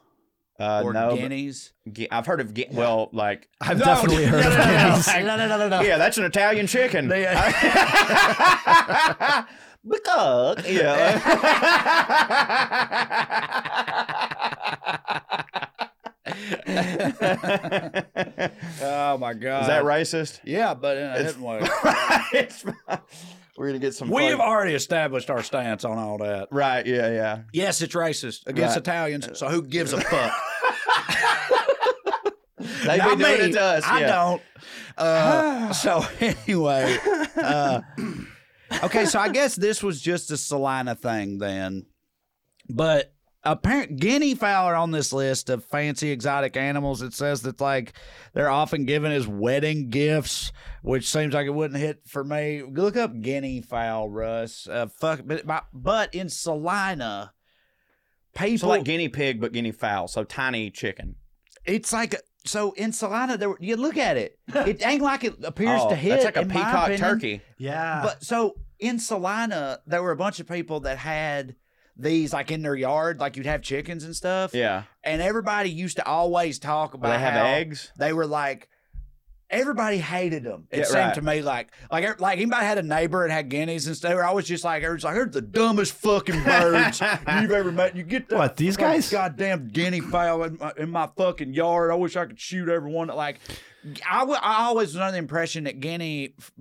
Uh,
or
no, but-
guineas?
Ge- I've heard of ge- well, like
I've definitely heard
no, no,
of
no, no.
guineas.
Like,
no, no, no, no.
yeah, that's an Italian chicken.
They- uh,
because yeah.
Oh my god!
Is that racist?
Yeah, but in a
It's-
hidden way.
It's- We're gonna get some.
We have
fuck-
already established our stance on all that.
right. Yeah. Yeah.
Yes, it's racist against
Right.
Italians. So who gives a fuck?
They've
Not
been doing
me.
it to us.
I
yeah.
don't. Uh, so anyway, uh, okay. So I guess this was just a Salina thing then, but apparent guinea fowl are on this list of fancy exotic animals. It says that like they're often given as wedding gifts, which seems like it wouldn't hit for me. Look up guinea fowl, Russ. Uh, fuck, but but in Salina, people
So like guinea pig, but guinea fowl. So tiny chicken.
It's like a- so in Solana. There, were- you look at it. It ain't like it appears
Oh,
to hit.
That's like a
in my
peacock
opinion.
turkey.
Yeah.
But so in Solana, there were a bunch of people that had these like in their yard, like you'd have chickens and stuff.
Yeah.
And everybody used to always talk
But
about
they have
how
eggs.
They were like. Everybody hated them. It
Yeah,
seemed
right.
to me like, like, er- like anybody had a neighbor and had guineas and stuff. They were always just like, everyone's like, they're the dumbest fucking birds you've ever met. You get the
What, these
fucking
guys?
goddamn guinea fowl in my, in my fucking yard. I wish I could shoot everyone. Like, I, w- I always was under the impression that guinea f-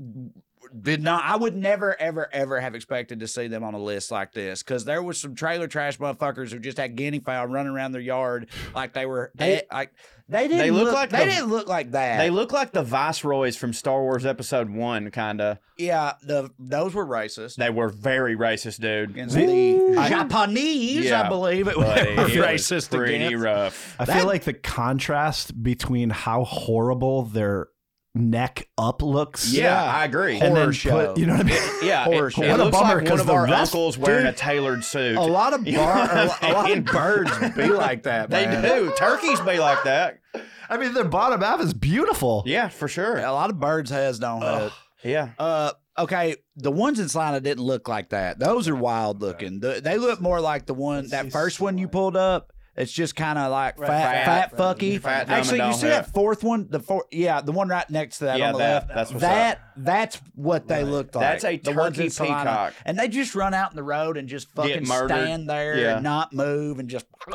did not. I would never, ever, ever have expected to see them on a list like this because there was some trailer trash motherfuckers who just had guinea fowl running around their yard like they were
They-
like they didn't
they
look,
look like
they
the-
didn't look like that.
They look like the viceroys from Star Wars Episode One, kinda.
yeah, the those were racist.
They were very racist, dude.
against the Japanese, I
Yeah,
believe it was
Buddy, it was
racist
pretty
against.
rough.
I
That-
feel like the contrast between how horrible their neck up looks.
Yeah,
Yeah.
I agree.
And
Horror
then
show.
put, you know what I mean?
yeah,
horror
it,
shit.
it
What a
looks
bummer,
like
'cause
one of
the
our
rest-
uncles wearing a
dude.
tailored suit.
A lot of
You know what
bar,
I
a lot
mean?
of birds be like that.
they
man.
do. Turkeys be like that.
I mean, their bottom half is beautiful.
Yeah, for sure.
A lot of birds' heads don't have.
Ugh. Yeah.
Uh, okay, the ones in Salina didn't look like that. Those are wild looking. The- they look more like the one that first one you pulled up. It's just kind of like fat, fat,
Fat,
fucky.
fat, dumb and
Actually, you
dumb,
see
yeah.
that fourth one, the four, yeah, the one right next to that
Yeah,
on the
that-
left.
that's what's
that. That's what they looked like.
That's a
The ones
turkey
in Salina.
peacock.
and they just run out in the road and just fucking
murdered.
stand there
Yeah.
and not move and just
Oh,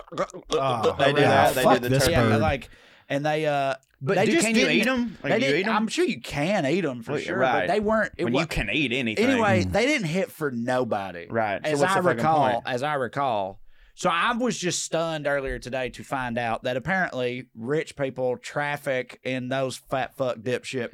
They do
yeah,
that. They
fuck
did the
this
turkey.
yeah,
bird.
like and they uh
But
they
do-
just
can you
didn't-
eat 'em?
they
Can you
didn't-
eat 'em?
I'm sure you can eat them for
Well,
sure,
right.
but they weren't. It
When
wa-
you can eat anything.
anyway, they didn't hit for nobody.
Right. So
As
what's
I
the fucking
recall,
point?
as I recall, So I was just stunned earlier today to find out that apparently rich people traffic in those fat fuck dipshit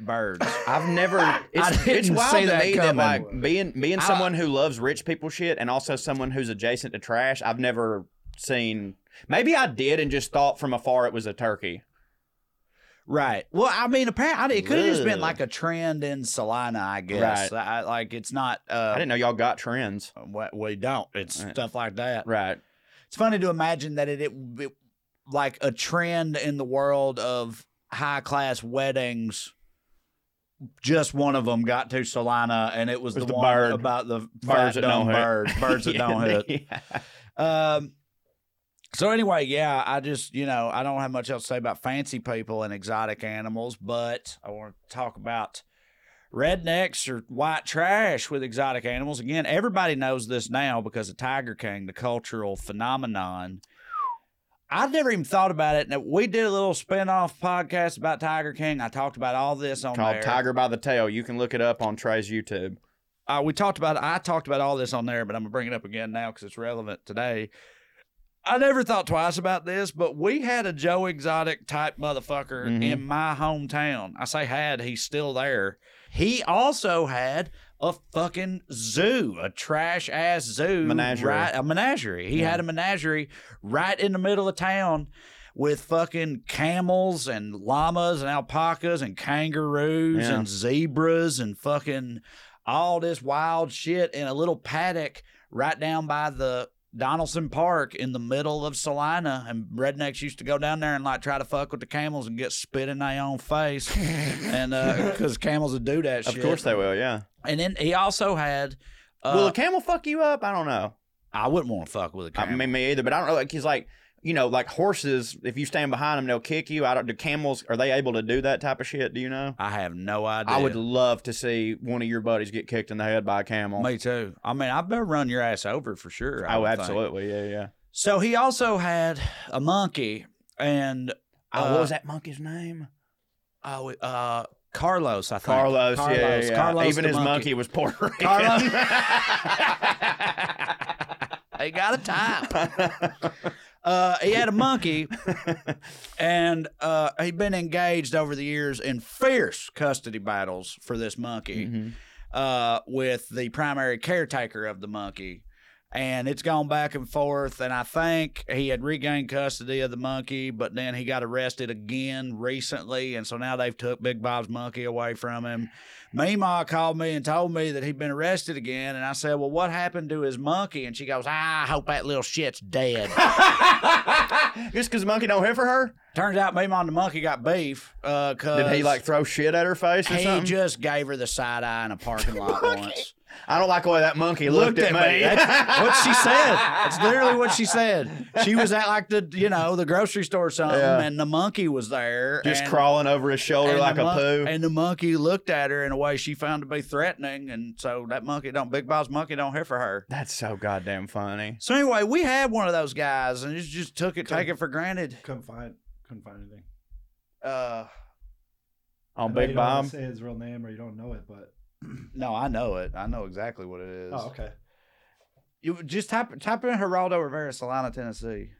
birds.
I've never. It's,
didn't
it's wild
see
to
that
me
coming.
that like being being
I-
someone who loves rich people shit and also someone who's adjacent to trash. I've never seen. Maybe I did and just thought from afar it was a turkey.
Right. Well, I mean, apparently it could have just been
Ugh.
like a trend in Salina, I guess. I, like it's not.
I
Uh,
didn't know y'all got trends.
what we don't. It's
Right.
stuff like that.
Right.
It's funny to imagine that it, it, it like a trend in the world of high class weddings. Just one of them got to Salina, and it was
It was
the,
the
one
bird.
about the
Birds
birds
that
that
don't hit.
birds, birds that don't hit. Um, so anyway, yeah, I just you know I don't have much else to say about fancy people and exotic animals, but I want to talk about rednecks or white trash with exotic animals. Again, everybody knows this now because of Tiger King, the cultural phenomenon. I never even thought about it. Now, we did a little spin-off podcast about Tiger King. I talked about all this on
Called
there.
Tiger by the Tail. You can look it up on Trey's YouTube.
uh, we talked about I talked about all this on there, but I'm gonna bring it up again now because it's relevant today. I never thought twice about this, but we had a Joe Exotic type motherfucker
Mhm.
in my hometown. I say had, he's still there. He also had a fucking zoo, a trash ass zoo,
Menagerie.
right? A menagerie. He
Yeah.
had a menagerie right in the middle of town with fucking camels and llamas and alpacas and kangaroos
Yeah.
and zebras and fucking all this wild shit in a little paddock right down by the Donaldson Park in the middle of Salina. And rednecks used to go down there and like try to fuck with the camels and get spit in their own face. and because camels would do that
Of
shit.
course they will. Yeah.
And then he also had. Uh,
will a camel fuck you up? I don't know.
I wouldn't want to fuck with a
I
camel.
mean, me either. But I don't know. Like he's like, you know, like horses. If you stand behind them, they'll kick you. I don't. Do camels? Are they able to do that type of shit? Do you know?
I have no idea.
I would love to see one of your buddies get kicked in the head by a camel.
Me too. I mean, I better run your ass over for sure. I
oh,
would think.
absolutely. Yeah, yeah.
So he also had a monkey and
Oh,
Uh,
what was that monkey's name?
oh, uh, Carlos. I think
Carlos. yeah, yeah, yeah. Even
the
his monkey. was Puerto Rican.
Carlos. he got a type. Uh, he had a monkey, and uh, he'd been engaged over the years in fierce custody battles for this monkey.
Mhm.
uh, with the primary caretaker of the monkey. And it's gone back and forth. And I think he had regained custody of the monkey, but then he got arrested again recently. And so now they've took Big Bob's monkey away from him. Mima called me and told me that he'd been arrested again. And I said, Well, what happened to his monkey? And she goes, "Ah, I hope that little shit's dead.
Just because the monkey don't hit for her?
Turns out Mima and the monkey got beef. Uh, cause
Did he like throw shit at her face or
he
something?
just gave her the side eye in a parking lot once.
I don't like the way that monkey looked, at, me.
That's what she said. That's literally what she said. She was at like the you know the grocery store or something,
Yeah.
and the monkey was there,
Just
and,
crawling over his shoulder
and
like
the
a
mon-
poo.
And the monkey looked at her in a way she found to be threatening, and so that monkey don't Big Bob's monkey don't hear for her.
That's so goddamn funny.
So anyway, we had one of those guys, and it just took it take it for granted.
Couldn't find couldn't find anything.
Uh,
On
I know
Oh,
you
Big
don't wanna
Bob.
Say his real name or you don't know it, but
no, I know it. I know exactly what it is.
oh okay.
You just type type in Geraldo Rivera, Salina, Tennessee.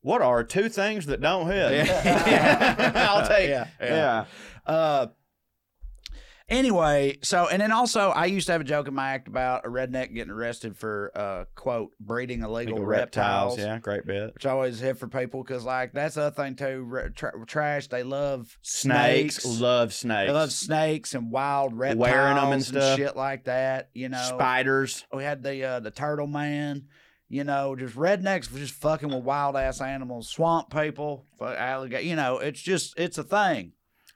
What are two things that don't hit?
Yeah.
I'll take.
Yeah, yeah.
yeah.
Uh, anyway, so and then also, I used to have a joke in my act about a redneck getting arrested for uh quote breeding illegal, reptiles.
Yeah, great bit.
Which I always hit for people because, like, that's the other thing too. Re- tra- trash, they love
Snakes,
snakes.
love snakes.
They love snakes and wild reptiles
'em and stuff.
shit like that. You know,
spiders.
we had the uh, the turtle man. You know, just rednecks was just fucking with wild ass animals, swamp people, alligator. You know, it's just it's a thing.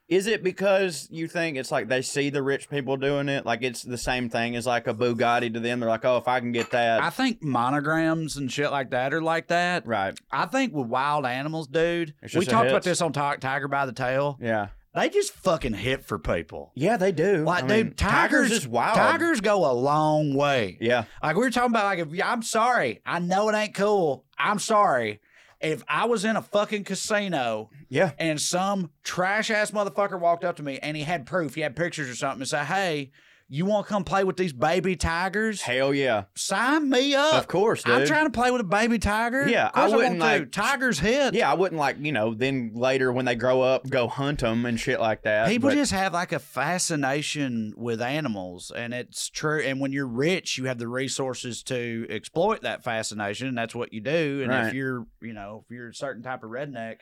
Is it because you think it's like they see the rich people doing it? Like it's the same thing as like a Bugatti to them. They're like, oh, if I can get that,
I think monograms and shit like that are like that.
right?
I think with wild animals, dude,
It's
we
just a
talked
hit.
about this on Ti- Tiger by the Tail.
Yeah,
They just fucking hit for people.
yeah, they do.
Like,
I
dude,
mean, tigers
tigers-
is wild.
Tigers go a long way.
Yeah,
Like we were talking about, like if y- I'm sorry, I know it ain't cool. I'm sorry. If I was in a fucking casino
yeah.
and some trash ass motherfucker walked up to me and he had proof, he had pictures or something, and said, "Hey, You want to come play with these baby tigers?
Hell yeah.
Sign me up.
Of course, dude.
I'm trying to play with a baby tiger.
Yeah,
Of
I
course I
wouldn't,
want to.
like-
tiger's head.
yeah, I wouldn't like, you know, then later when they grow up, go hunt them and shit like that.
People
but-
just have like a fascination with animals, and it's true. And when you're rich, you have the resources to exploit that fascination. And that's what you do. And
Right.
if you're, you know, if you're a certain type of redneck,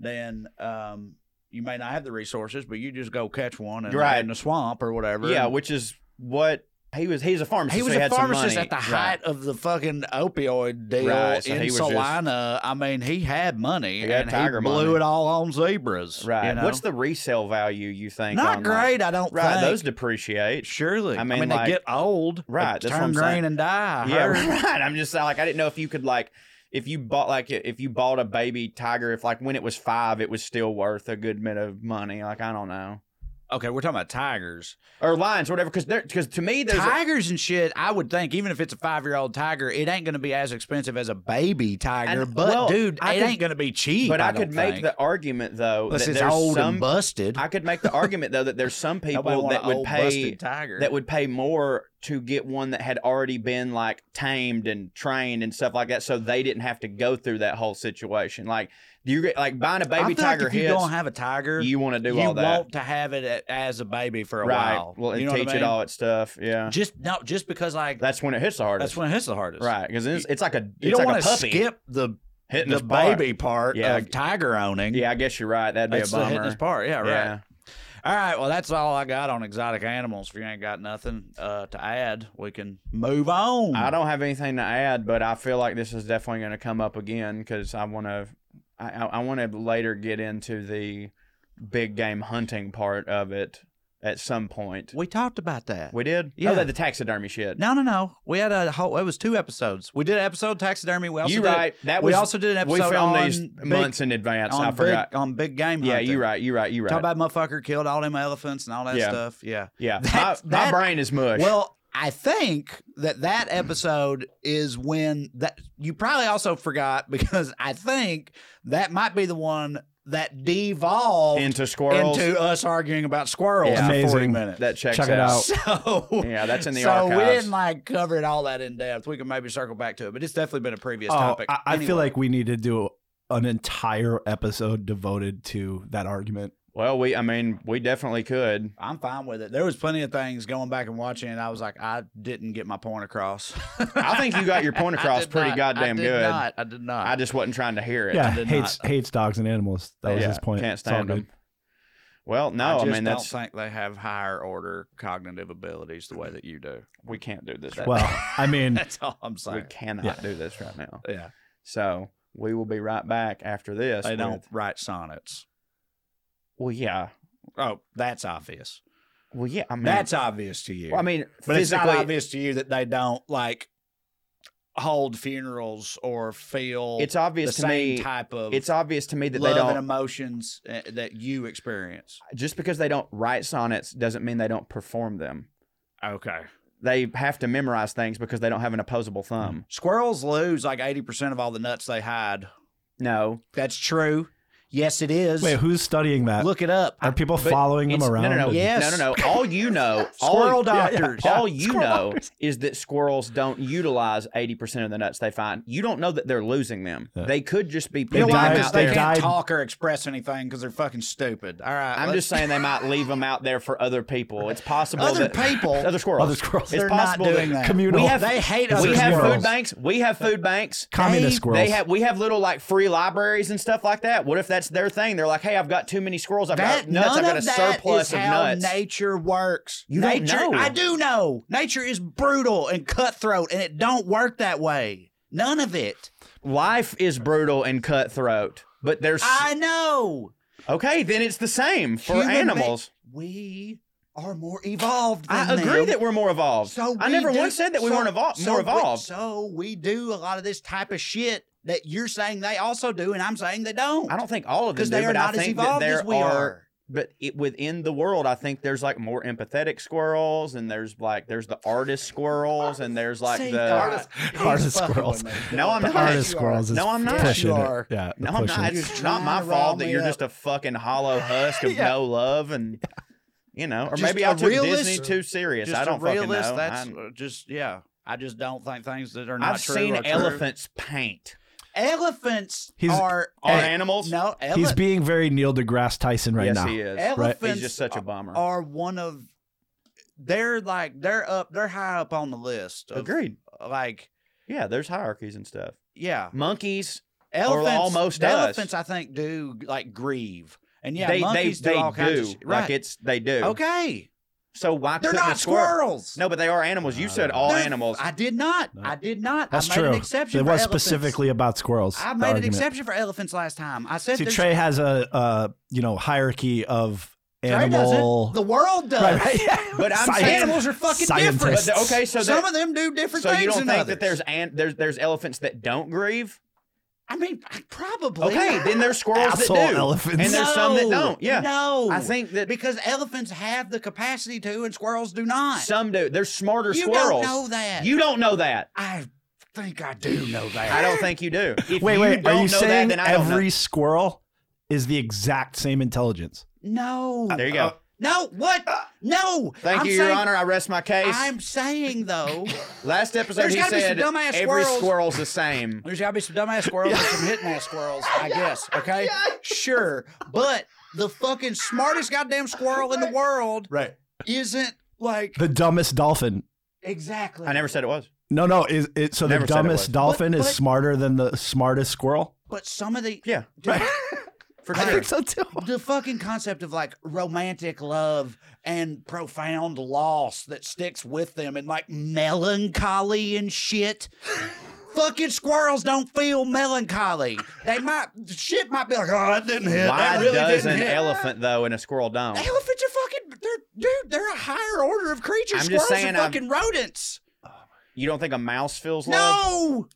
then um, you may not have the resources, but you just go catch one and
Right.
in the swamp or whatever.
Yeah,
And
which is what he was. He's a pharmacist.
he was
so
a
had some
pharmacist
money.
at the
Right.
height of the fucking opioid deal
Right, so
in
he was just-
Salina. I mean, he had money
He had
and
tiger
he blew
money.
it all on zebras.
Right.
you know?
What's the resale value you think?
not
on,
great, I don't
Like, right.
think.
Those depreciate.
Surely.
I mean, like-
they get old,
Right,
They
that's what
turn
I'm
green
saying.
and die. I
Yeah.
heard.
Right. I'm just like I didn't know if you could like if you bought like if you bought a baby tiger if like when it was five it was still worth a good bit of money. Like I don't know
Okay, we're talking about tigers.
or lions whatever because because to me there's a-
tigers and shit. I would think even if it's a five year old tiger, it ain't going to be as expensive as a baby tiger.
And-
but
well,
dude,
I
it
could-
ain't going to be cheap.
but I,
don't
could make
think.
the argument though
unless
that
it's
there's
old
some
and busted.
I could make the argument though that there's some
Nobody
people
want
that
an
would
old,
pay
busted tiger.
that would pay more to get one that had already been like tamed and trained and stuff like that, so they didn't have to go through that whole situation. Like do you get like buying a
I
baby
think
tiger
If you
hits,
don't have a tiger,
you want to do
you
all that,
want to have it a- as a baby for a
right?
while.
Well, and
you know what
teach
I
it
mean?
all that stuff. Yeah,
Just no, just because like that's,
that's when it hits the hardest.
when it hits the hardest.
right? Because it's, it's like a
You
it's like
don't
a
want to
puppy
skip the
hitting
the
his butt.
baby part
Yeah.
of tiger owning.
Yeah, I guess you're right. That'd be
That's
a
the
bummer.
hidden part. Yeah, right.
Yeah.
All right. Well, that's all I got on exotic animals. If you ain't got nothing uh, to add, we can move on.
I don't have anything to add, but I feel like this is definitely going to come up again because I want to, I, I want to later get into the big game hunting part of it at some point.
We talked about that.
We did,
Yeah.
Oh, the, the taxidermy shit.
no, no, no. We had a whole. It was two episodes. We did an episode taxidermy. We also
you
did,
right. That
we
was
also did an episode
we filmed
on
these
big-
months in advance.
on
I forgot.
Big, on big game.
yeah,
hunting.
you right. You right. You right.
Talk about motherfucker killed all them elephants and all that
Yeah.
stuff. Yeah.
yeah,
That's-
my, my
that-
brain is mush.
Well, I think that that episode is when that you probably also forgot because I think that might be the one that devolved into,
into squirrels.
us arguing about squirrels
Yeah.
for 40
Amazing. Oh.
minutes.
that checks
Check it out.
so
Yeah, that's in the
so we
archives.
didn't like cover it all that in depth. We can maybe circle back to it, but it's definitely been a previous
Oh,
topic.
I, I feel
Anyway.
like we need to do an entire episode devoted to that argument.
Well, we. I mean, we definitely could.
I'm fine with it. There was plenty of things going back and watching it. I was like, I didn't get my point across.
I think you got your point
I
across
did
pretty
not.
goddamn
I did
good.
Not. I did not.
I just wasn't trying to hear it.
Yeah,
did
hates hates dogs and animals. That was
Yeah,
his point.
Can't
It's all
stand
good.
them. Well, no, I,
just
mean that's
don't think they have higher order cognitive abilities the way that you do.
we can't do this.
Well, I mean,
That's all I'm
we
saying.
cannot
Yeah.
do this right now.
Yeah,
So we will be right back after this.
they don't
with-
write sonnets.
Well, yeah.
Oh, that's obvious.
Well, yeah. I mean,
That's obvious to you.
Well, I mean,
but it's not
physically,
obvious to you that they don't like hold funerals or feel
it's
the
obvious to
same
me.
type of
It's obvious to me that
love
they
and
don't.
emotions uh, that you experience.
Just because they don't write sonnets doesn't mean they don't perform them.
Okay.
They have to memorize things because they don't have an opposable thumb.
Squirrels lose like 80% of all the nuts they hide. Mm-hmm.
No,
That's true. Yes, it is.
wait, who's studying that?
Look it up.
Are people
But
following them
It's-
around?
No, no, no.
and-
Yeah.
Yes. No, no, no. All you know,
Squirrel
all,
doctors.
all you know is that squirrels don't utilize 80% of the nuts they find. You don't know that they're losing them.
Yeah.
They could just be
You know
putting
They
why?
them
died-
'Cause
out
they
they
there.
can't
died-
talk or express anything because they're fucking stupid. All right,
I'm
let's-
just saying they might leave them out there for other people. It's possible
other
that
people.
other squirrels.
Other squirrels.
it's
they're not
possible
doing that.
that
Communal.
We have-
they hate other
we have
squirrels.
food banks. We have food banks.
communist
They-
squirrels.
They have we have little like free libraries and stuff like that. What if that's their thing? They're like, hey, I've got too many squirrels. I've
That
got nuts. I've
none
got a
of that
surplus
is
of
how
nuts.
nature works.
You don't
nature,
know.
I do know. Nature is brutal and cutthroat, and it don't work that way. None of it.
Life is brutal and cutthroat. But there's
I know.
Okay, then it's the same for
Human
animals.
We are more evolved. Than
I agree
them.
that we're more evolved.
So
I
we
never
do-
once said that we
so-
weren't evol-
so
more
we-
evolved.
so we do a lot of this type of shit that you're saying they also do, and I'm saying they don't.
I don't think all of them
because
do,
they are
but I
not as
think that
evolved
there
as we
are,
are.
But it, within the world, I think there's like more empathetic squirrels, and there's like there's the artist squirrels, and there's like
See,
the
artist-
artist squirrels.
No, I'm
the
not.
artist squirrels. Is
No, I'm not.
Pushing
You
it.
are.
Yeah,
No,
they're
I'm
pushing
not.
it.
It's
You're
not my
trying to rile
fault that
me
you're
up.
just a fucking hollow husk of
Yeah.
no love and You know, or
Just
maybe
a
I took
realist-
Disney too serious.
Just
I
a
don't fucking
realist,
know.
That's
I'm-
uh, just yeah. I just don't think things that are not
I've
true
seen
are true.
elephants paint.
Elephants
He's-
are
Are
eh,
animals?
No, ele-
He's being very Neil deGrasse Tyson right
yes,
now.
he is.
elephants
He's just such a bummer.
are one of they're like they're up they're high up on the list. Of,
Agreed.
Like
Yeah, there's hierarchies and stuff.
yeah,
Monkeys,
elephants
almost us.
elephants. I think do like grieve and yeah,
they
monkeys
they,
do
they
all kinds
do.
of shit.
Like
Right?
it's they do.
okay,
So why
they're
couldn't a
not
squirrel-
squirrels.
No, but they are animals. You said all
They're-
animals.
I did not. I did not.
That's
I made
true.
an exception.
it
for
was
elephants.
specifically about squirrels.
I
the
made an
argument.
exception for elephants last time. I said
See,
there's-
Trey has a uh, you know hierarchy of
Trey doesn't.
animal.
The world does.
Right, right, yeah.
But I'm
Science-
saying-
Animals are fucking different.
scientists.
But the- okay, so
Some
that-
of them do different
so
things.
you don't
than
think that
others.
there's an, there's there's elephants that don't grieve?
I mean, I- probably.
Okay, then there's squirrels that do.
Asshole elephants.
And there's some that
No,
don't. Yeah.
No.
I think that
because elephants have the capacity to, and squirrels do not.
some do. They're smarter
you
squirrels.
don't know that.
You don't know that.
I think I do know that.
I don't think you do. If
wait,
you
wait.
Don't
Are you
know
saying
that, then I don't know.
every squirrel is the exact same intelligence?
No.
There you
Uh,
go. Uh,
no. What? No.
Thank
I'm
you,
saying,
Your Honor. I rest my case.
I'm saying though,
Last episode,
There's
he
gotta be some
said
dumbass
every
squirrels."
squirrel's the same.
there's gotta be some dumbass squirrels and some hitting ass squirrels, I guess. Okay. Sure, but the fucking smartest goddamn squirrel in the world,
Right.
isn't like
The dumbest dolphin.
exactly.
I never said it was.
No, no. Is it so? The
Never said it was.
dumbest dolphin
But-
is
but-
smarter than the smartest squirrel.
But some of the
Yeah. For
I
sure.
think so too.
the fucking concept of like romantic love and profound loss that sticks with them and like melancholy and shit. fucking squirrels don't feel melancholy. They might shit might be like, oh, that didn't hit.
Why
that really
does
didn't
an
hit."
elephant though and a squirrel don't?
Elephants are fucking they're dude, they're a higher order of creatures.
I'm just
squirrels
saying
are
I'm-
fucking rodents.
You don't think a mouse feels love?
No!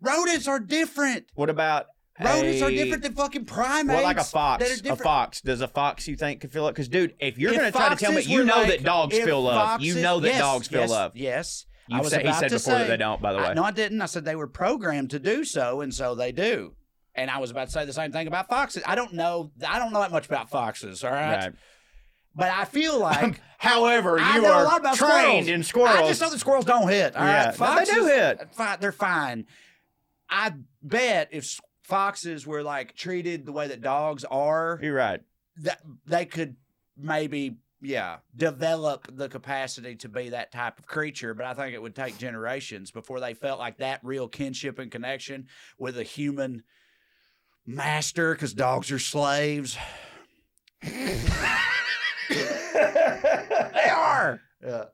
Rodents are different.
What about
Rodents are
a-
different than fucking primates.
Well, like a
that are
fox. A
different-
fox. Does a fox you think could feel it? Because, dude, if you're
If
going to try to tell me,
foxes
you
were
know
like-
that dogs
if
feel love. You
foxes-
know that
yes,
dogs feel
yes,
love.
Yes.
You said, he
about
said
to
before that
say-
they don't, by the
I-
way.
no, I didn't. I said they were programmed to do so, and so they do. And I was about to say the same thing about foxes. I don't know. I don't know that much about foxes. All right,
Right.
but I feel like
However,
I
you
know a
are
lot about
trained
squirrels.
in
I
squirrels.
just know that squirrels don't hit. All right,
Yeah, but
foxes
they do hit.
Fi- they're fine. I bet if s- foxes were like treated the way that dogs are,
You're right.
that they could maybe yeah develop the capacity to be that type of creature but i think it would take generations before they felt like that real kinship and connection with a human master because dogs are slaves they are yeah.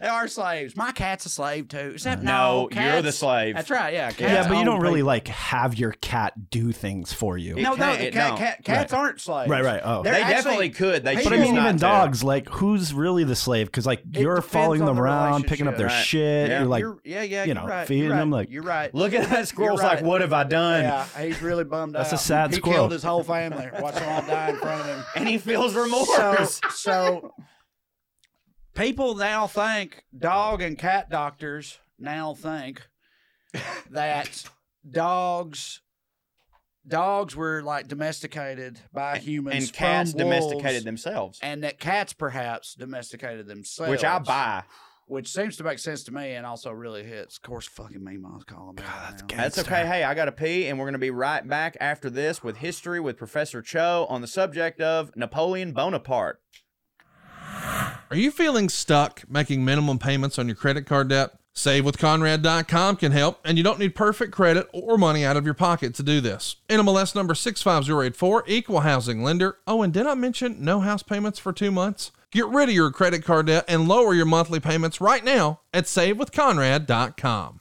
they are slaves my cat's a slave too except no,
No, you're the
cats-
slave.
that's right yeah
Yeah,
cats
but you
own
don't really
people.
like have your cat do things for you.
no no,
can't-
the
it
cat,
don't.
cat, cats aren't slaves
Right, right. Oh,
They're
they
actually-
definitely could. They
But
But I
choose
mean,
not
even
to.
dogs, like, who's really the slave? Because, like, you're
depends
following
on
them
the
around, picking up their
relationship.
shit.
Yeah.
You're like,
You're- yeah yeah
you
you're
know,
right,
feeding
you're right,
them, like-
you're right
Look at that squirrel's
You're right.
like, what have I done?
Yeah, he's really bummed out.
That's a sad
he
squirrel.
killed his whole family. Watch them all die in front of him.
And he feels remorse.
So, so people now think dog and cat doctors now think that dogs dogs were like domesticated by humans
and cats
from wolves,
domesticated themselves,
and that cats perhaps domesticated themselves
which I buy.
which seems to make sense to me and also really hits of course fucking me mom's calling me
"Ah,
right now.
That's okay. Hey, I got to pee, and we're going to be right back after this with history with Professor Cho on the subject of Napoleon Bonaparte.
Are you feeling stuck making minimum payments on your credit card debt? SaveWithConrad.com can help, and you don't need perfect credit or money out of your pocket to do this. NMLS number 65084, equal housing lender. Oh, and did I mention no house payments for two months? Get rid of your credit card debt and lower your monthly payments right now at SaveWithConrad.com.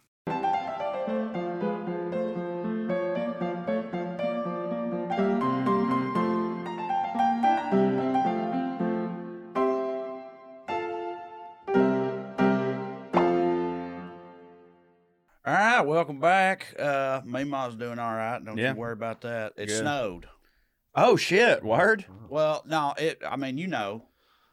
All right, welcome back. Uh, me mom's doing all right. Don't
Yeah.
you worry about that. It
Good.
snowed.
Oh shit! Word.
Well, no, it. I mean, you know,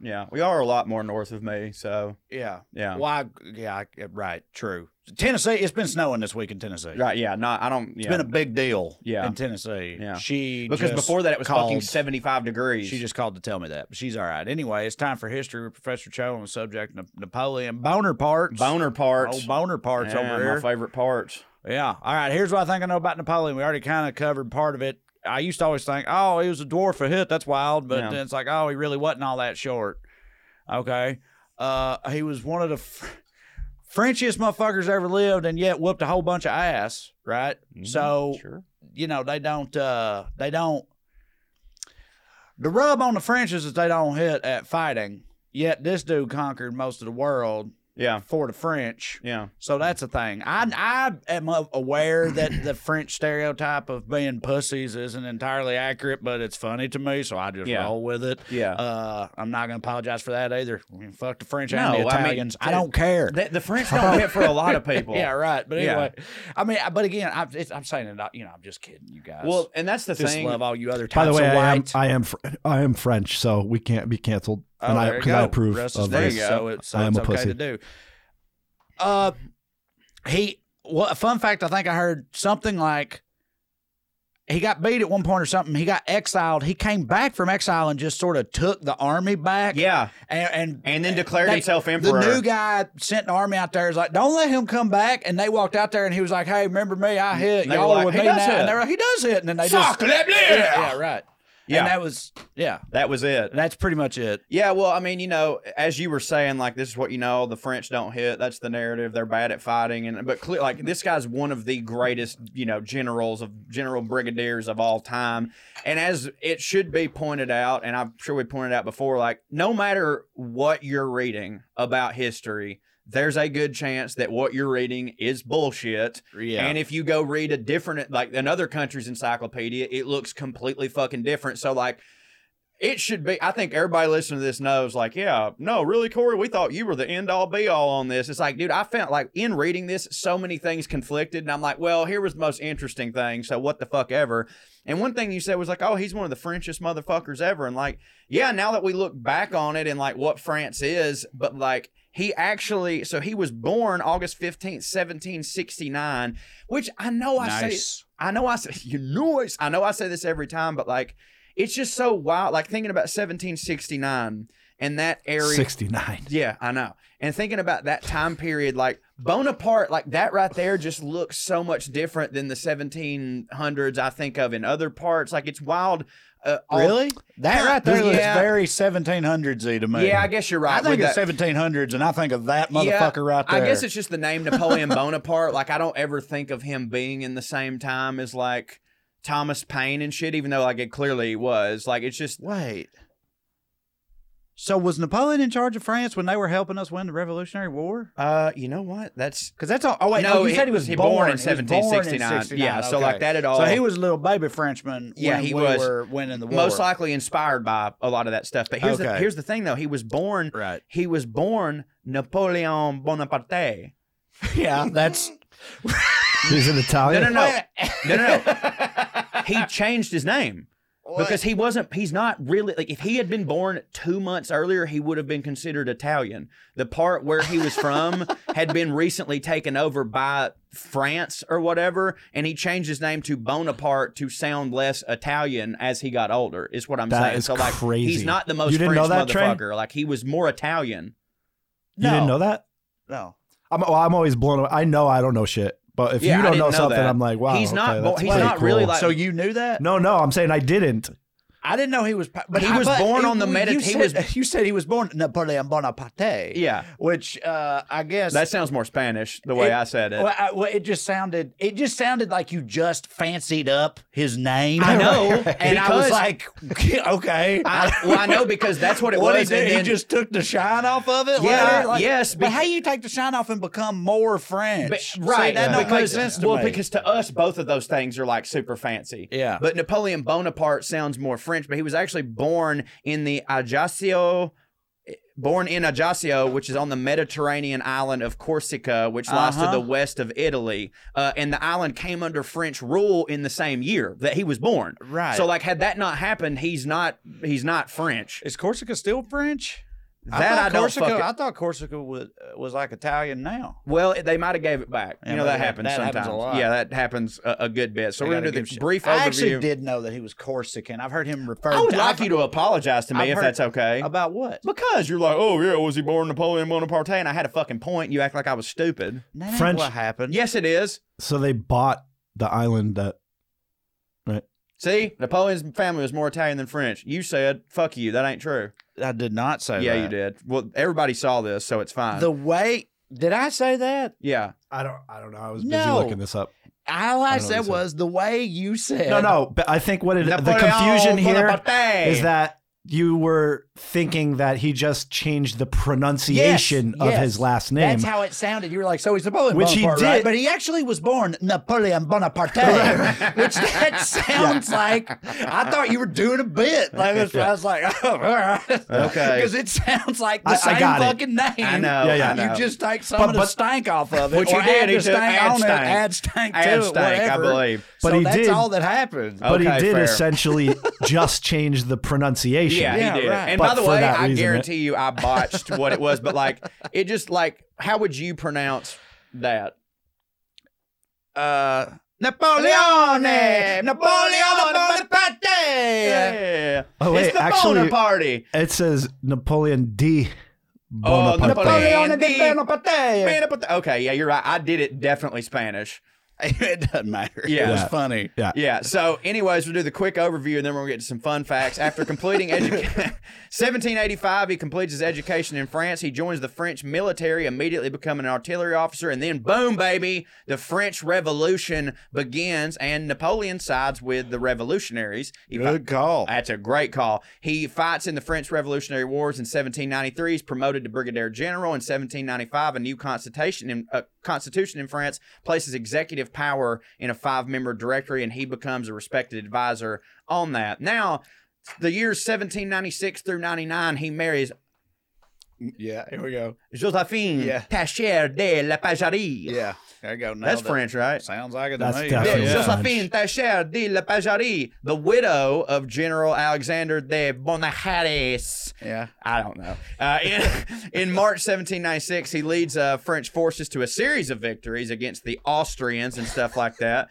Yeah, we are a lot more north of me, so
Yeah.
yeah.
Why? Yeah. I- Right. True. Tennessee. It's been snowing this week in Tennessee.
Right, yeah, not I don't
It's
yeah.
been a big deal.
Yeah.
In Tennessee.
Yeah.
She
because
just
before that it was fucking
called-
75 degrees.
She just called to tell me that. But she's all right. Anyway, it's time for history with Professor Cho on the subject of Napoleon Bonaparte.
boner parts.
Oh, boner parts
Yeah,
over here.
My favorite parts.
Yeah. All right. Here's what I think I know about Napoleon. We already kind of covered part of it. I used to always think, oh, he was a dwarf a hit. That's wild. But
Yeah.
then it's like, oh, he really wasn't all that short. Okay. Uh, he was one of the f- Frenchiest motherfuckers ever lived and yet whooped a whole bunch of ass. Right. so,
Mm-hmm. sure.
you know, they don't, uh, they don't. The rub on the French is that they don't hit at fighting. Yet this dude conquered most of the world
Yeah.
for the French.
Yeah.
So that's a thing. I I am aware that the French stereotype of being pussies isn't entirely accurate, but it's funny to me, so I just
Yeah.
roll with it.
Yeah.
Uh, I'm not going to apologize for that either. I mean, Fuck the French
No,
and the
I mean,
Italians. I,
it-
don't care.
the, the French don't hit for a lot of people.
yeah, right. But
Yeah.
anyway, I mean, I- but again, I, it's, I'm saying it. You know, I'm just kidding, you guys.
Well, and that's the
just
thing.
love all you other
By
types
the way,
of
I am,
white. Oh,
I am Fr- I am French, so we can't be canceled. and I,
you
'cause I
go.
approve
Russ is
of
there
this.
you go. So, it, so
I am
it's
a
okay
pussy.
to do. Uh, he. Well, a fun fact. I think I heard something like he got beat at one point or something. He got exiled. He came back from exile and just sort of took the army back.
yeah.
and and.
And then declared
They-
himself
the
emperor.
new guy sent an army out there. Is like, don't let him come back. And they walked out there, and he was like, "Hey, remember me? I hit.
They were
Y'all
like,
are with
"He
me now."
does hit.
And they were like, "He does hit." And then they
Sacre
just,
bleu!
yeah, yeah, right.
Yeah.
And that was, yeah,
that was it.
that's pretty much it.
Yeah, well, I mean, you know, as you were saying, like this is what you know: the French don't hit. That's the narrative. They're bad at fighting, and but clear, like this guy's one of the greatest, you know, generals of general brigadiers of all time. And as it should be pointed out, and I'm sure we pointed out before, like no matter what you're reading about history, there's a good chance that what you're reading is bullshit.
Yeah.
And if you go read a different, like another country's encyclopedia, it looks completely fucking different. So, like, it should be. I think everybody listening to this knows, like, yeah, no, really, Corey, we thought you were the end all be all on this. It's like, dude, I found, like, in reading this, so many things conflicted. And I'm like, well, here was the most interesting thing. So, what the fuck ever. And one thing you said was, like, oh, he's one of the Frenchest motherfuckers ever. And, like, yeah, now that we look back on it and like what France is, but like he actually, so he was born August 15th, 1769, which I know I say,
nice.
I know I say, you noise. I know I say this every time, but like it's just so wild. Like thinking about 1769 and that area.
Sixty nine.
Yeah, I know. And thinking about that time period, like Bonaparte, like that right there just looks so much different than the 1700s I think of in other parts. Like it's wild. Uh, all-
Really? That right there looks
Yeah.
very 1700s y to me.
Yeah, I guess you're right.
I think
with
it's
that-
1700s, and I think of that motherfucker
Yeah,
right there.
I guess it's just the name Napoleon Bonaparte. Like I don't ever think of him being in the same time as like Thomas Paine and shit, even though like it clearly was. Like it's just
wait. So was Napoleon in charge of France when they were helping us win the Revolutionary War?
uh you know what? That's
Because that's all. Oh wait,
No,
no, you
he-
said he was
he
born,
born in
He was born
1769. Yeah, so,
okay.
like, that at all-
So he was a little baby Frenchman.
Yeah,
when
he
we
was.
were winning the war.
most likely inspired by a lot of that stuff. But here's the
Okay.
here's the thing though. He was born
right.
he was born Napoleon Bonaparte.
Yeah, that's
He's an
No
Italian.
no no. no no no. He changed his name. Because he wasn't, he's not really like if he had been born two months earlier, he would have been considered Italian. The part where he was from had been recently taken over by France or whatever, and he changed his name to Bonaparte to sound less Italian as he got older. Is what I'm
That
saying.
is
so like, he's
crazy.
not the most
You didn't
French
know that, Trey?
motherfucker. Like he was more Italian.
You didn't know that?
no.
I'm, well, I'm always blown away. I know I don't know shit, but if
Yeah, I
you don't
didn't
know
know
something,
that.
I'm like, wow.
He's not
okay,
bo-
that's
he's
pretty
not really
cool.
like-
So you knew that?
No, no, I'm saying I didn't.
I didn't know he was. pa- But
He
I-
was
but
born on the
you
Mediter- he
said- You said he was born Napoleon Bonaparte.
Yeah,
Which uh, I guess
that sounds more Spanish the way
It-
I said it.
Well, I, well, it just sounded. It just sounded like you just fancied up his name.
I know,
and I was
because-
like, okay.
I, well, I know because that's what it
what he
was. and
did,
then-
he just took the shine off of it.
Yeah,
later? Like,
yes,
But
bec-
how you take the shine off and become more
But-
French?
right,
See, that don't make
because-
sense to
well,
me.
because to us, both of those things are like super fancy.
Yeah.
But Napoleon Bonaparte sounds more French, but he was actually born in the Ajaccio, born in Ajaccio, which is on the Mediterranean island of Corsica, which lies to
Uh-huh.
the west of Italy. Uh, and the island came under French rule in the same year that he was born.
Right.
So, like, had that not happened, he's not he's not French.
is Corsica still French?
That I,
thought
don't
Corsica,
fuck it.
I thought Corsica was, was like Italian now.
Well, they might have gave it back.
Yeah,
you know
but
that
that-
happens
that happens
sometimes.
a lot.
Yeah, that happens a, a good bit. So
They
we're gonna
gotta
do
give
the
shit.
brief
I
overview.
actually did know that he was Corsican. I've heard him referred.
I would
to,
like you to apologize to me
I've
if
heard-
that's okay.
about what?
Because you're like, oh yeah, was he born Napoleon Bonaparte? And I had a fucking point. and You act like I was stupid.
That ain't
French-
What happened?
Yes, it is.
So they bought the island that
See, Napoleon's family was more Italian than French. You said, "Fuck you," that ain't true.
I did not say
yeah,
that.
you did. Well, everybody saw this, so it's fine.
The way did I say that?
yeah,
I don't I don't know. I was busy
busy No.
looking
looking
this up.
All
I
I,
don't know what
said
you said.
was the way you said.
No, no, but I think what it the confusion here is that you were thinking that he just changed the pronunciation of
yes.
his last name.
That's how it sounded. You were like, so he's Napoleon
Which he
Bonaparte, right?
did.
but he actually was born Napoleon Bonaparte, which that sounds like. I thought you were doing a bit. Like that's why I was like, oh, all right,
Okay.
because it sounds like the
I- I
same
got it.
fucking name.
I know.
Yeah, yeah.
I know.
You just take some
But-
of the
but-
stank off of it,
Which
or
he did.
Add the
He took-
stank
add
on it,
stank.
add stank to
Add
it,
stank, I
whatever.
believe. Oh.
But
so
he
that's
did-
all that happened.
but
Okay,
he did
fair.
essentially just change the pronunciation.
Yeah,
Yeah,
he did.
right.
And
But
by the
for
way,
that
I
reason, it-
guarantee you, I botched what it was. But like, it just like, how would you pronounce that?
Uh, Napoleone, Napoleon Bonaparte.
Yeah.
Oh, wait,
it's the
actually-
Bonaparte.
It says Napoleon D.
Oh,
Bonaparte.
Napoleon. Andy.
Bonaparte.
Bonaparte. Okay, yeah, you're right. I did it definitely Spanish.
it doesn't matter.
Yeah.
It was
Yeah.
funny.
Yeah. So, anyways, we'll do the quick overview and then we'll get to some fun facts. After completing edu- 1785, he completes his education in France. He joins the French military, immediately becoming an artillery officer, and then boom, baby, the French Revolution begins, and Napoleon sides with the revolutionaries. He fi-
Good call.
that's a great call. He fights in the French Revolutionary Wars in 1793. He's promoted to brigadier general in 1795. A new constitution in uh, constitution in France places executive power in a five-member directory, and he becomes a respected advisor on that. Now, the years 1796 through 99, he marries
Yeah, here we go.
Josephine
Yeah.
Tacher de la Pajarie.
Yeah, there you go.
That's
Nailed it.
French, right?
Sounds like it
That's
to me.
Yeah,
definitely
Yeah.
French.
Josephine Tacher de la Pajarie, the widow of General Alexander de Bonaharis.
Yeah.
I don't know. Uh, in, in March 1796, he leads uh, French forces to a series of victories against the Austrians and stuff like that.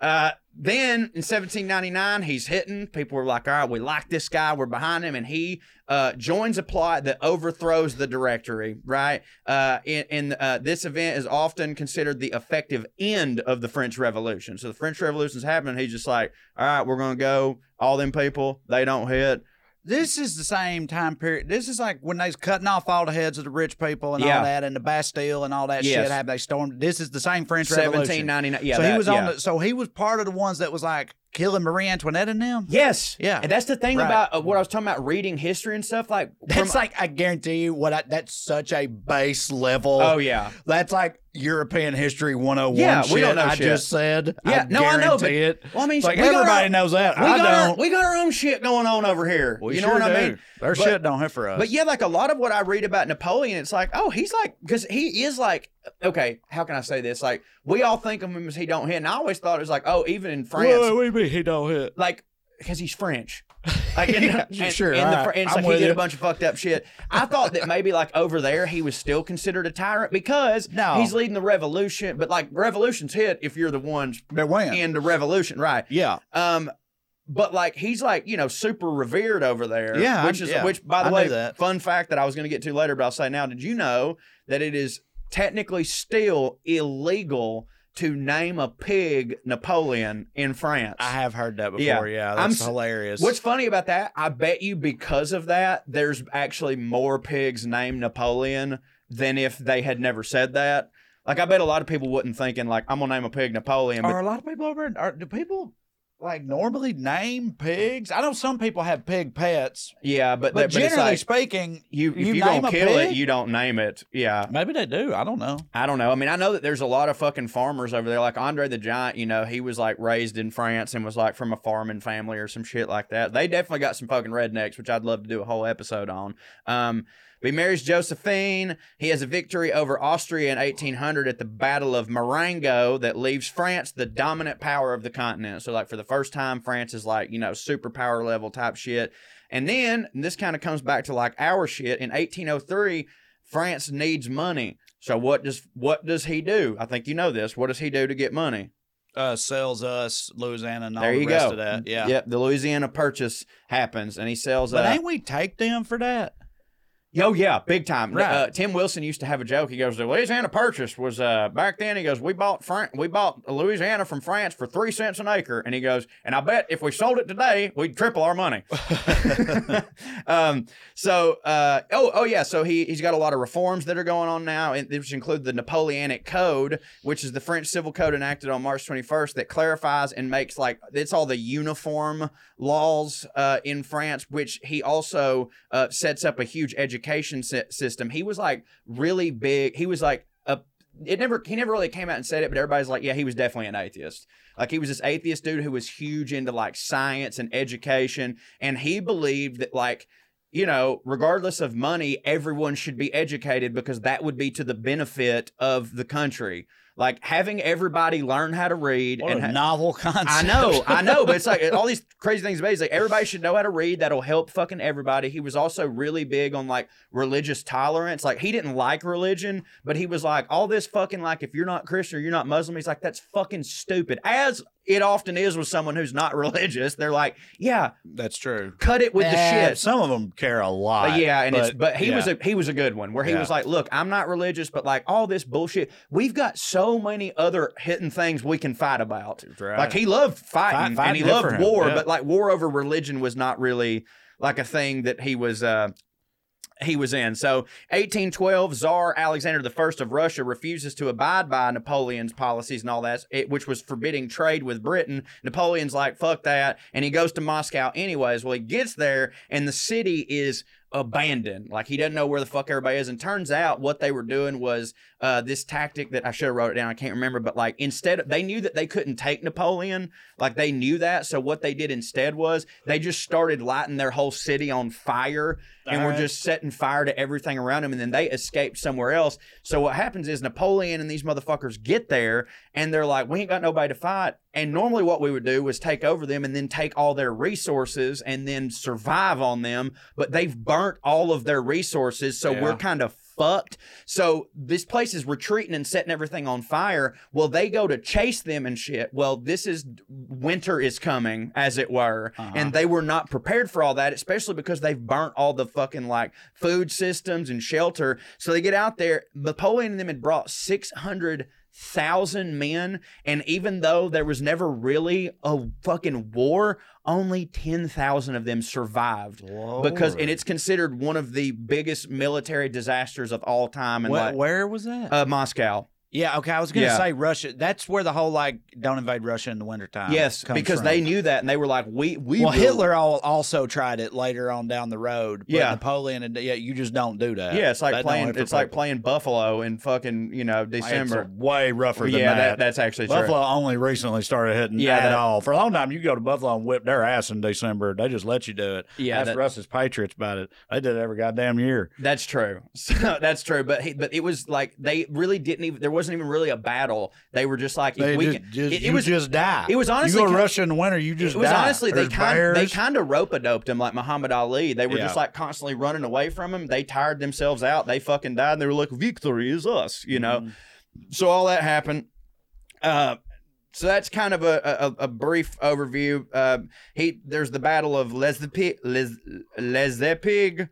Uh, then in 1799, he's hitting. People were like, all right, we like this guy. We're behind him. And he uh, joins a plot that overthrows the directory, right? Uh, and and uh, this event is often considered the effective end of the French Revolution. So the French Revolution's happening. He's just like, all right, we're going to go. All them people, they don't hit.
This is the same time period. This is like when they was cutting off all the heads of the rich people and
Yeah.
all that, and the Bastille and all that
Yes.
shit. Have they stormed? This is the same French Revolution.
1799. Yeah,
so
that-
he was on.
yeah.
The, so he was part of the ones that was like killing Marie Antoinette and them.
Yes.
Yeah.
And that's the thing
Right.
about uh, what I was talking about reading history and stuff. Like,
That's
from-
like I guarantee you what I, that's such a base level.
oh, yeah.
That's like European history 101
Yeah,
shit
we don't know
I
shit.
just said.
Yeah,
I
no, I know, but-
guarantee it.
Well, I mean,
It's like
we got our-
everybody knows that.
We
I
got, our,
don't.
we got our own shit going on over here.
We
you know
sure
what I
do.
mean?
Their
But-
shit don't hit for us.
But yeah, like a lot of what I read about Napoleon, it's like, oh, he's like, because he is like, okay, how can I say this? Like, we all think of him as he don't hit, and I always thought it was like, oh, even in France,
we mean he don't hit.
like because he's French. Like in
Yeah,
the, and,
sure,
and the
alright,
Fr- and it's
I'm
like he
with
did a
you.
bunch of fucked up shit. I thought that maybe like over there he was still considered a tyrant because
No.
he's leading the revolution. But like revolutions hit if you're the ones
But when?
in the revolution, right?
yeah,
Um, but like he's like you know super revered over there.
Yeah, I-
which is
yeah,
which by
I
the
knew
way,
that.
fun fact that I was going to get to later, but I'll say now. Did you know that it is technically still illegal to name a pig Napoleon in France?
I have heard that before.
Yeah.
Yeah,
I'm
that's
s-
hilarious.
What's funny about that? I bet you because of that, there's actually more pigs named Napoleon than if they had never said that. Like I bet a lot of people wouldn't thinking like I'm gonna name a pig Napoleon, but
are a lot of people over? in- Are, do people like normally name pigs? I know some people have pig pets,
yeah, but
but,
that- but it's
generally
like,
speaking,
you if
you
you,
name
don't
a
kill it,
pig?
you don't name it. Yeah,
maybe they do. I don't know.
I don't know. I mean, I know that there's a lot of fucking farmers over there. Like Andre the Giant, you know, he was like raised in France and was like from a farming family or some shit like that. They definitely got some fucking rednecks, which I'd love to do a whole episode on. Um, but he marries Josephine. He has a victory over Austria in 1800 at the Battle of Marengo that leaves France the dominant power of the continent. So, like, for the first time, France is like, you know, superpower level type shit. And then and this kind of comes back to like our shit. In 1803, France needs money. So what does what does he do? I think you know this. What does he do to get money?
Uh, sells us Louisiana and all there you the rest go. of that. Yeah.
Yep. The Louisiana purchase happens, and he sells.
But
uh,
ain't we take them for that?
Oh yeah, big time. Right. Uh, Tim Wilson used to have a joke. He goes, "The Louisiana Purchase was uh, back then." He goes, "We bought Fran- we bought Louisiana from France for three cents an acre," and he goes, "And I bet if we sold it today, we'd triple our money." um, so, uh, oh, oh yeah. So he he's got a lot of reforms that are going on now, which include the Napoleonic Code, which is the French civil code enacted on March 21st that clarifies and makes like it's all the uniform laws uh, in France, which he also uh, sets up a huge education system. He was like really big. He was like a it never he never really came out and said it, but everybody's like, yeah, he was definitely an atheist. Like he was this atheist dude who was huge into like science and education, and he believed that like you know, regardless of money, everyone should be educated because that would be to the benefit of the country. Like having everybody learn how to read
what and ha- novel concept.
I know, I know, but it's like uh, all these crazy things. About it. It's like everybody should know how to read. That'll help fucking everybody. He was also really big on like religious tolerance. Like he didn't like religion, but he was like all this fucking like if you're not Christian or you're not Muslim, he's like that's fucking stupid. As it often is with someone who's not religious. They're like, yeah,
that's true.
Cut it with eh, the shit.
Some of them care a lot.
But yeah, and but, it's but he yeah. was a he was a good one where he yeah. was like, look, I'm not religious, but like all this bullshit. We've got so many other hidden things we can fight about. Right. Like he loved fighting, Fight, fighting and he loved war, yeah. but like war over religion was not really like a thing that he was uh, he was in. So 1812, Tsar Alexander I of Russia refuses to abide by Napoleon's policies and all that, which was forbidding trade with Britain. Napoleon's like, fuck that. And he goes to Moscow anyways. Well, he gets there and the city is abandoned. Like he doesn't know where the fuck everybody is. And turns out what they were doing was uh, this tactic that I should have wrote it down. I can't remember, but like instead of, they knew that they couldn't take Napoleon. Like they knew that. So what they did instead was they just started lighting their whole city on fire and right. were just setting fire to everything around them. And then they escaped somewhere else. So what happens is Napoleon and these motherfuckers get there and they're like, we ain't got nobody to fight. And normally, what we would do was take over them and then take all their resources and then survive on them. But they've burnt all of their resources. So yeah. we're kind of fucked. So this place is retreating and setting everything on fire. Well, they go to chase them and shit. Well, this is winter is coming, as it were, uh-huh. and they were not prepared for all that, especially because they've burnt all the fucking like food systems and shelter. So they get out there. Napoleon and them had brought six hundred thousand men, and even though there was never really a fucking war, only 10,000 of them survived Lord. because and it's considered one of the biggest military disasters of all time and
where,
like,
where was that
uh, moscow
yeah, okay. I was gonna yeah. say Russia. That's where the whole like don't invade Russia in the wintertime.
Yes, because from. they knew that and they were like, we we.
Well, will. Hitler also tried it later on down the road. yeah, Napoleon and yeah, you just don't do that.
Yeah, it's like that playing. It's like playing Buffalo in fucking you know December. It's
way rougher. Well,
yeah,
that. That,
that's actually
Buffalo true. only recently started hitting yeah, at all. For a long time, you go to Buffalo and whip their ass in December. They just let you do it.
Yeah,
that's that, Russ's Patriots about it. They did it every goddamn year.
That's true. So, that's true. But he, but it was like they really didn't even there wasn't even really a battle. They were just like,
they
we
just,
can,
just, it, it was just die.
It was honestly
you go Russia in the winter, you just.
It was
die.
honestly There's they kind they kind of rope a doped him like Muhammad Ali. They were yeah. just like constantly running away from him. They tired themselves out. They fucking died. And they were like, victory is us, you know. Mm.
Mm-hmm.
So all that happened. Uh, so that's kind of a, a, a brief overview. Uh, he there's the battle of Lezepig, Les, Lezepig,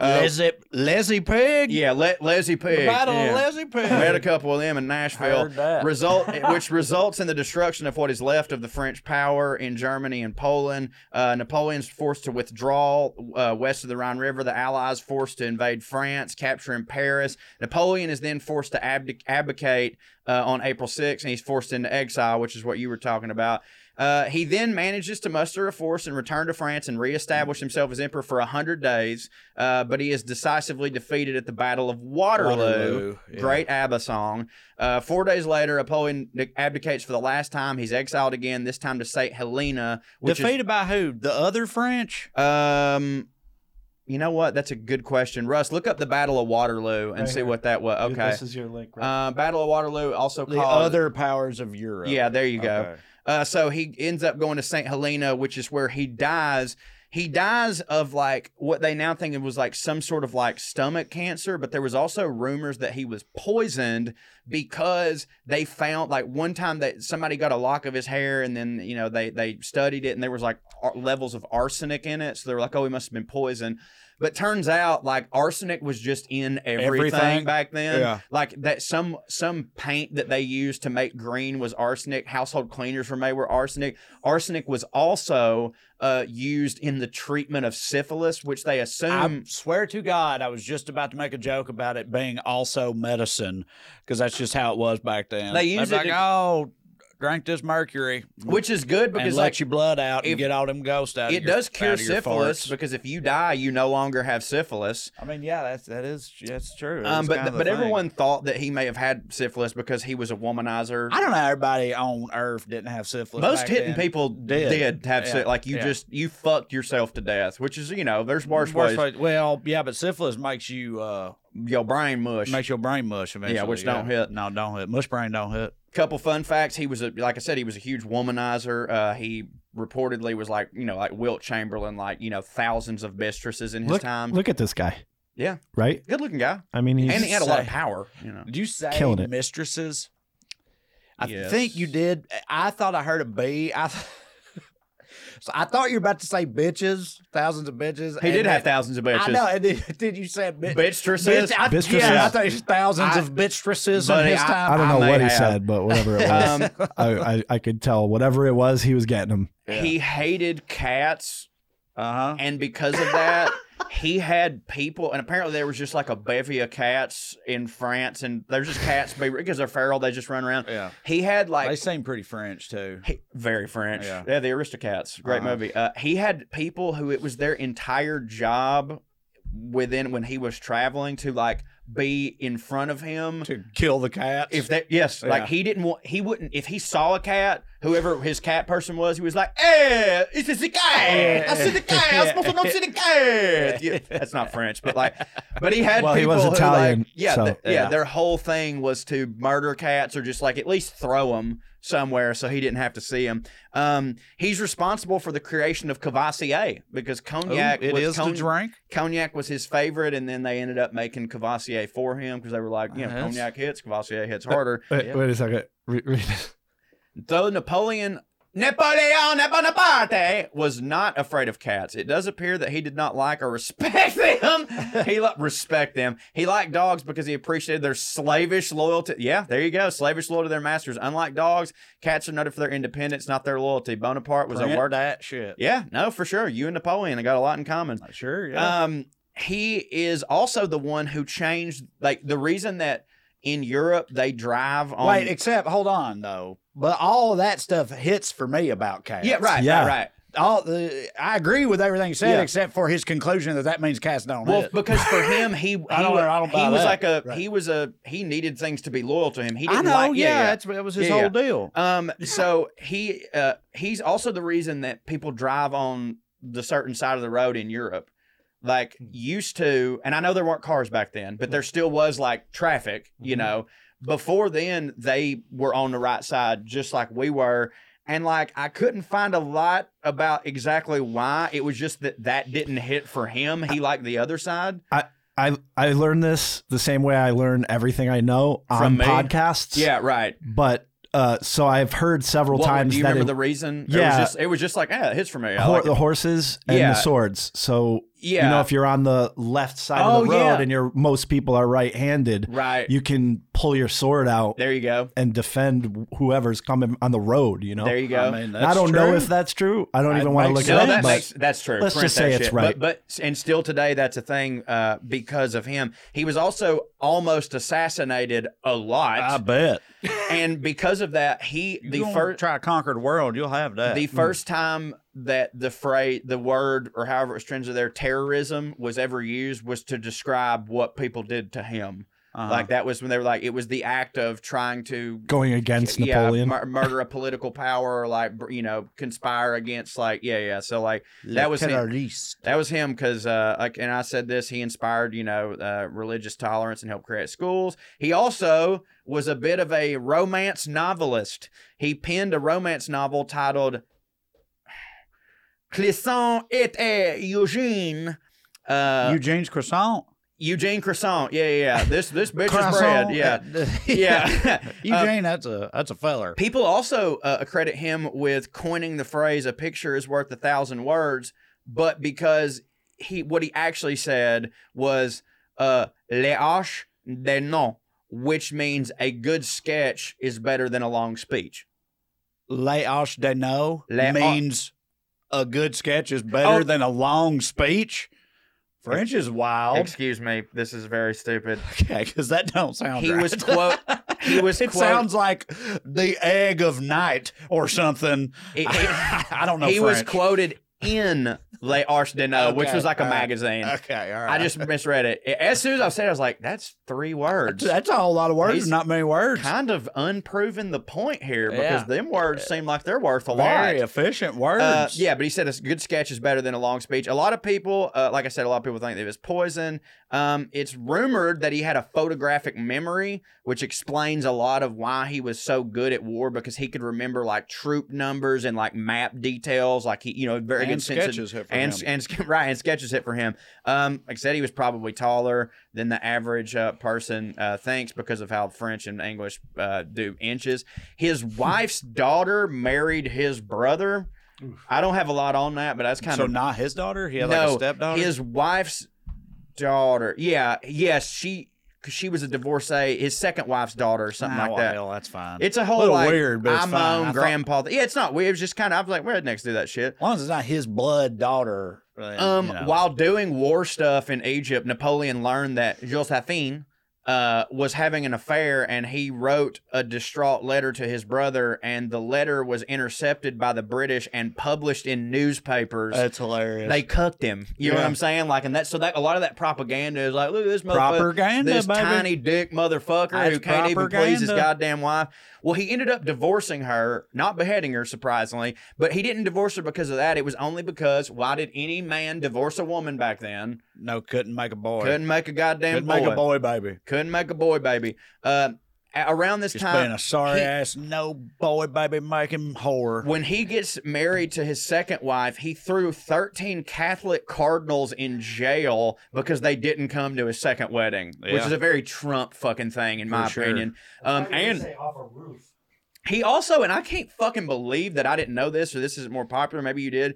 uh, Leslie, Leslie Pig?
Yeah, Le- Leslie Pig.
The battle yeah. of Leslie Pig.
Met a couple of them in Nashville. Result, which results in the destruction of what is left of the French power in Germany and Poland. Uh, Napoleon's forced to withdraw uh, west of the Rhine River. The Allies forced to invade France, capturing Paris. Napoleon is then forced to abdic- abdicate uh, on April 6th, and he's forced into exile, which is what you were talking about. Uh, he then manages to muster a force and return to France and reestablish himself as emperor for 100 days, uh, but he is decisively defeated at the Battle of Waterloo. Waterloo yeah. Great ABBA song. Uh, four days later, Napoleon abdicates for the last time. He's exiled again, this time to St. Helena.
Defeated is, by who? The other French?
Um, you know what? That's a good question, Russ. Look up the Battle of Waterloo and right see here. what that was. Okay,
this is your link.
Right? Uh, Battle of Waterloo, also
the
called
other powers of Europe.
Yeah, there you go. Okay. Uh, so he ends up going to St. Helena, which is where he dies. He dies of like what they now think it was like some sort of like stomach cancer, but there was also rumors that he was poisoned because they found like one time that somebody got a lock of his hair and then you know they they studied it and there was like ar- levels of arsenic in it, so they were like, oh, he must have been poisoned. But turns out like arsenic was just in everything,
Everything.
back then.
Yeah.
Like that some some paint that they used to make green was arsenic. Household cleaners were made were arsenic. Arsenic was also uh, used in the treatment of syphilis, which they
I
assume
swear to God, I was just about to make a joke about it being also medicine because that's just how it was back then.
They
They'd
use
be
it
like,
to-
oh, drink this mercury,
which is good because
and
like
let your blood out
if-
and get all them ghosts out.
it
of your,
does cure
out of your
syphilis
farts.
because if you die, you no longer have syphilis.
I mean, yeah, that's that is that's true.
Um,
That's
but
kinda
th-
the
but
thing.
everyone thought that he may have had syphilis because he was a womanizer.
I don't know. how Everybody on Earth didn't have syphilis.
Most
back
hitting
then.
people
did.
did, have
Yeah.
sy- like you
Yeah.
just you fucked yourself to death, which is you know there's worse,
Worst
ways.
way- Well, yeah, but syphilis makes you uh
Your brain mush.
makes your brain mush eventually.
which don't hit.
No, don't hit. Mush brain don't hit.
couple fun facts he was a like i said he was a huge womanizer uh he reportedly was like you know like wilt chamberlain like you know thousands of mistresses in his
Look,
time
look at this guy.
Yeah.
Right?
good looking guy
I mean, he's
and he had a lot of
say-
power you know
Did you say
Killing it.
mistresses? I
Yes.
think you did. I thought I heard a B. I th- so I thought you were about to say bitches, thousands of bitches.
he
and
did have
that-
thousands of bitches
I know. And then, then you said bi-
Mistresses?
bitch- I-
Mistresses.
Yeah, I thought it was thousands
I-
of bitchresses in
Buddy,
his
I-
time.
I don't know
I may
what he
have.
said, but whatever it was,
um
I, I, I could tell whatever it was, he was getting him.
he hated cats
Uh huh.
and because of that he had people and apparently there was just like a bevy of cats in france and there's just cats be- because they're feral they just run around
Yeah.
he had like
They seem pretty French too.
He, very French.
Yeah.
Yeah. the Aristocats. Great
Uh-huh.
movie. Uh, he had people who it was their entire job within when he was traveling to like be in front of him.
To kill the cats.
If that yes,
Yeah.
like he didn't want he wouldn't if he saw a cat, whoever his cat person was, he was like, Hey, this is the
Eh."
cat. I see the cat. I supposed to not see the cat. Yeah, that's not French, but like but he had
Well, he
people
was
who, like-
Italian,
yeah,
so-
th- yeah,
Yeah.
their whole thing was to murder cats or just like at least throw them somewhere so he didn't have to see them. Um, he's responsible for the creation of Cavassier because
Ooh,
cognac
it
was
is
con-
to drink.
cognac was his favorite, and then they ended up making Cavassier for him because they were like, you know,
Yes.
cognac hits, Cavassier hits harder.
Wait,
Yeah.
wait a second. Re- read it.
Though Napoleon Napoleon Bonaparte was not afraid of cats, it does appear that he did not like or respect them. he li- respect them. He liked dogs because he appreciated their slavish loyalty. Yeah, there you go, slavish loyalty to their masters. Unlike dogs, cats are noted for their independence, not their loyalty. Bonaparte was
Print
a work.
that shit.
Yeah, no, for sure. You and Napoleon, I got a lot in common.
Sure.
Um, he is also the one who changed, like the reason that in Europe they drive on.
Wait, except hold on though. But all of that stuff hits for me about cats.
yeah, right,
Yeah.
right, right.
All the, I agree with everything you said,
Yeah.
except for his conclusion that that means cats don't
Well,
hit.
because for him, he he,
I don't-
wa-
I don't buy
he was
that.
like a
Right.
he was a he needed things to be loyal to him. He didn't
I know.
like
yeah, Uh, That's, that was his
Yeah,
whole
yeah.
deal.
Um, so he uh he's also the reason that people drive on the certain side of the road in Europe. Like
Hmm.
used to, and I know there weren't cars back then, but there still was like traffic, you
Mm-hmm.
know. Before then, they were on the right side just like we were. And like I couldn't find a lot about exactly why. It was just that that didn't hit for him. He liked the other side.
I, I learned this the same way I learn everything I know on
From me?
podcasts.
Yeah, right.
But uh, so I've heard several
What-
times
Do you
that
remember
it,
the reason?
Yeah.
it was just, it was just like, yeah, it hits for me. I
hor-
like
the
it.
horses and
Yeah.
the swords. So,
Yeah,
you know, if you're on the left side of the
Oh,
road
yeah.
and you're, most people are right handed,
right
you can pull your sword out
there, you go.
and defend whoever's coming on the road, you know?
There you go.
I mean, that's
I don't know
true.
if that's true. I don't
That
even want to look
makes
it
no,
up.
that
but
makes, that's true.
let's
Print
just say
that
it's
shit.
right.
But, but and still today, that's a thing uh, because of him. He was also almost assassinated a lot,
Ah,
I bet.
and because of that, he
You
the
gonna
first
try to conquer the world, you'll have that.
Mm.
Mm.
the first time that the phrase, the word, or however it was translated there, terrorism was ever used was to describe what people did to him.
Ah.
Uh-huh.
Like that was when they were like, it was the act of trying to
going against Napoleon.
Yeah, mur- murder a political power, or like br- you know, conspire against like yeah, yeah. So like that was him.
terrorist.
That was him because uh, like, and I said this. He inspired you know uh, religious tolerance and helped create schools. He also was a bit of a romance novelist. He penned a romance novel titled Clisson et Eugene. Uh,
Eugene's croissant.
Eugene Croissant. Yeah, yeah, yeah. This this bitch is bread. Yeah. Yeah.
Eugene, that's a that's a feller.
People also uh, credit him with coining the phrase "a picture is worth a thousand words," but because he what he actually said was uh, "le hache de non," which means a good sketch is better than a long speech.
Les haches de no
Les
means a good sketch is better
Oh.
than a long speech. French is wild.
Excuse me, this is very stupid.
Okay, because that don't sound
He
right.
was quote. He was
it
quote.
sounds like the egg of night or something.
he- he-
I don't know.
he was
French.
quoted in Les Arches de No, which
Okay,
was like a
all right.
magazine.
Okay, all right.
I just misread it. As soon as I said, it, I was like, "That's three words."
that's a whole lot of words,
He's-
not many words.
kind of unproven the point here
Yeah.
because them words seem like they're worth a lot.
Very efficient words.
Uh, yeah, but he said a s- good sketch is better than a long speech. A lot of people, uh, like I said, a lot of people think that it was poison. Um, it's rumored that he had a photographic memory, which explains a lot of why he was so good at war because he could remember like troop numbers and like map details. Like he, you know, very
and
good sense of-
sketches hit for
and
him.
and sk- right and sketches hit for him. Um, like I said, he was probably taller than the average uh, person uh, thinks because of how French and English uh, do inches. His wife's daughter married his brother. I don't have a lot on that, but that's kind
so
of
not his daughter. He had like
no.
a stepdaughter.
his wife's daughter. Yeah, yes, she 'cause she was a divorcee. His second wife's daughter or something
Ah,
like
well,
that.
hell, that's fine.
It's a whole
little
like,
weird, but it's
I'm
fine.
my
I
own
thought-
grandpa. yeah, it's not weird. It's just kind of I was like rednecks do that shit.
as long as it's not his blood daughter. then,
Um,
you know.
while doing war stuff in Egypt, Napoleon learned that Josephine uh, was having an affair, and he wrote a distraught letter to his brother, and the letter was intercepted by the British and published in newspapers.
that's hilarious.
they cooked him. You know what I'm saying? Like, and that so that a lot of that propaganda is like, look at this motherfucker,
propaganda,
this
baby.
tiny dick motherfucker who
That's
can't even please his
propaganda.
goddamn wife. Well, he ended up divorcing her, not beheading her, surprisingly, but he didn't divorce her because of that. It was only because why did any man divorce a woman back then?
no, couldn't make a boy.
Couldn't make a goddamn
Couldn't
boy.
make a boy, baby.
Couldn't make a boy, baby. Uh, a- around this
Just being
time,
a sorry
he-
ass no boy, baby, making whore.
when he gets married to his second wife, he threw 13 Catholic cardinals in jail because they didn't come to his second wedding, which
Yeah.
is a very Trump fucking thing, in my
sure.
opinion. Um, and he also, and I can't fucking believe that I didn't know this or this isn't more popular. Maybe you did.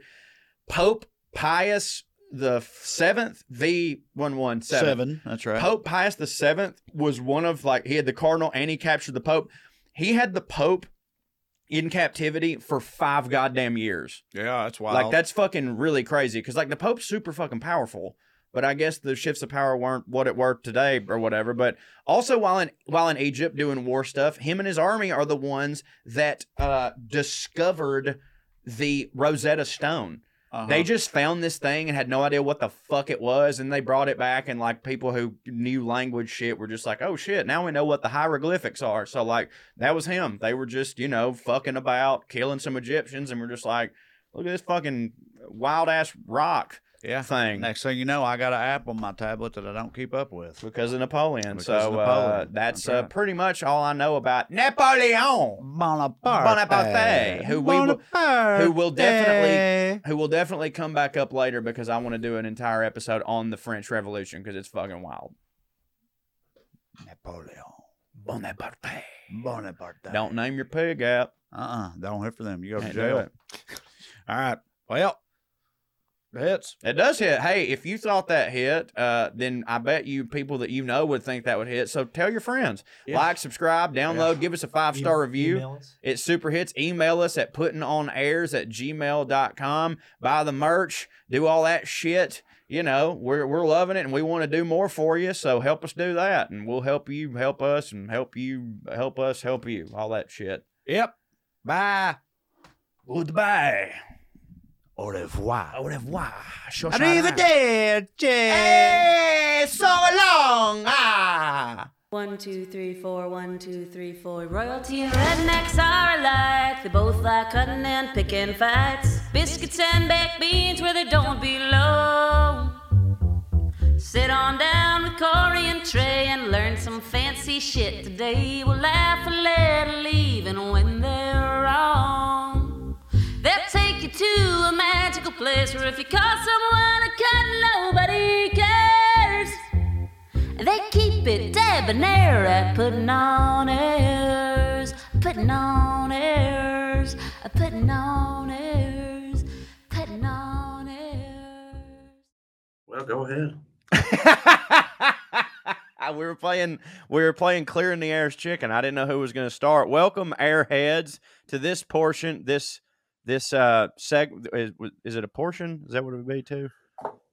Pope Pius the seventh, V one one seven.
Seven. That's right.
Pope Pius the Seventh was one of like he had the cardinal and he captured the pope. He had the pope in captivity for five goddamn years.
yeah, that's wild.
Like that's fucking really crazy because like the pope's super fucking powerful. But I guess the shifts of power weren't what it were today or whatever. But also while in while in Egypt doing war stuff, him and his army are the ones that uh, discovered the Rosetta Stone.
Uh-huh.
They just found this thing and had no idea what the fuck it was, and they brought it back, and like people who knew language shit were just like, "Oh shit, now we know what the hieroglyphics are." So like that was him. They were just you know fucking about killing some Egyptians, and we're just like, "Look at this fucking wild ass rock
yeah.
thing."
Next thing you know, I got an app on my tablet that I don't keep up with.
Because of Napoleon.
Because
so
of
Uh,
Napoleon.
that's
That's right.
uh, pretty much all I know about Napoleon,
Bonaparte.
Bonaparte, who we will-
Bonaparte.
who will definitely- who will definitely come back up later because I want to do an entire episode on the French Revolution because it's fucking wild.
Napoleon.
Bonaparte.
Bonaparte.
Don't name your pig out.
Uh-uh. Don't hit for them. You go to
Can't do
jail.
it.
All right. Well, that's
It does hit. Hey, if you thought that hit, uh, then I bet you people that you know would think that would hit. So tell your friends.
Yeah.
Like, subscribe, download, give us a five star review. It super hits. Email us at puttingonairs at gmail.com. Buy the merch, do all that shit. You know, we're, we're loving it and we want to do more for you. So help us do that and we'll help you help us and help you help us help you. All that shit.
Yep. Bye.
Goodbye.
Au revoir.
Au revoir.
Arrivederci.
Hey, so long. Ah.
One, two, three, four, one, two, three, four. Royalty and rednecks are alike. They both like cutting and picking fights. Biscuits and baked beans where they don't belong. Sit on down with Corey and Trey and learn some fancy shit today. We'll laugh a little even when they're wrong. They'll take you to a magical place where if you call someone a cunt, nobody cares. They keep it debonair at putting on airs, putting on airs, putting on airs, putting on airs.
Well, go ahead.
we were playing we were playing clearing the air's chicken. I didn't know who was going to start. Welcome airheads to this portion. This this uh seg is, is it a portion? Is that what it would be too?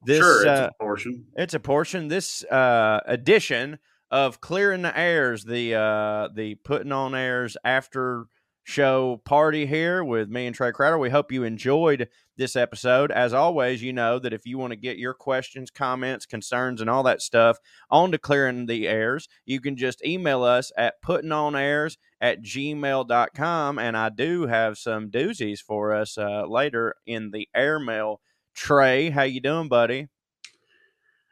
This
sure, it's
uh,
a portion.
it's a portion. This uh edition of clearing the airs, the uh the putting on airs after show party here with me and Trey Crowder. We hope you enjoyed this episode. As always, you know that if you want to get your questions, comments, concerns, and all that stuff on to clearing the airs, you can just email us at puttingonairs at gmail.com. And I do have some doozies for us uh, later in the airmail. Trey, how you doing, buddy?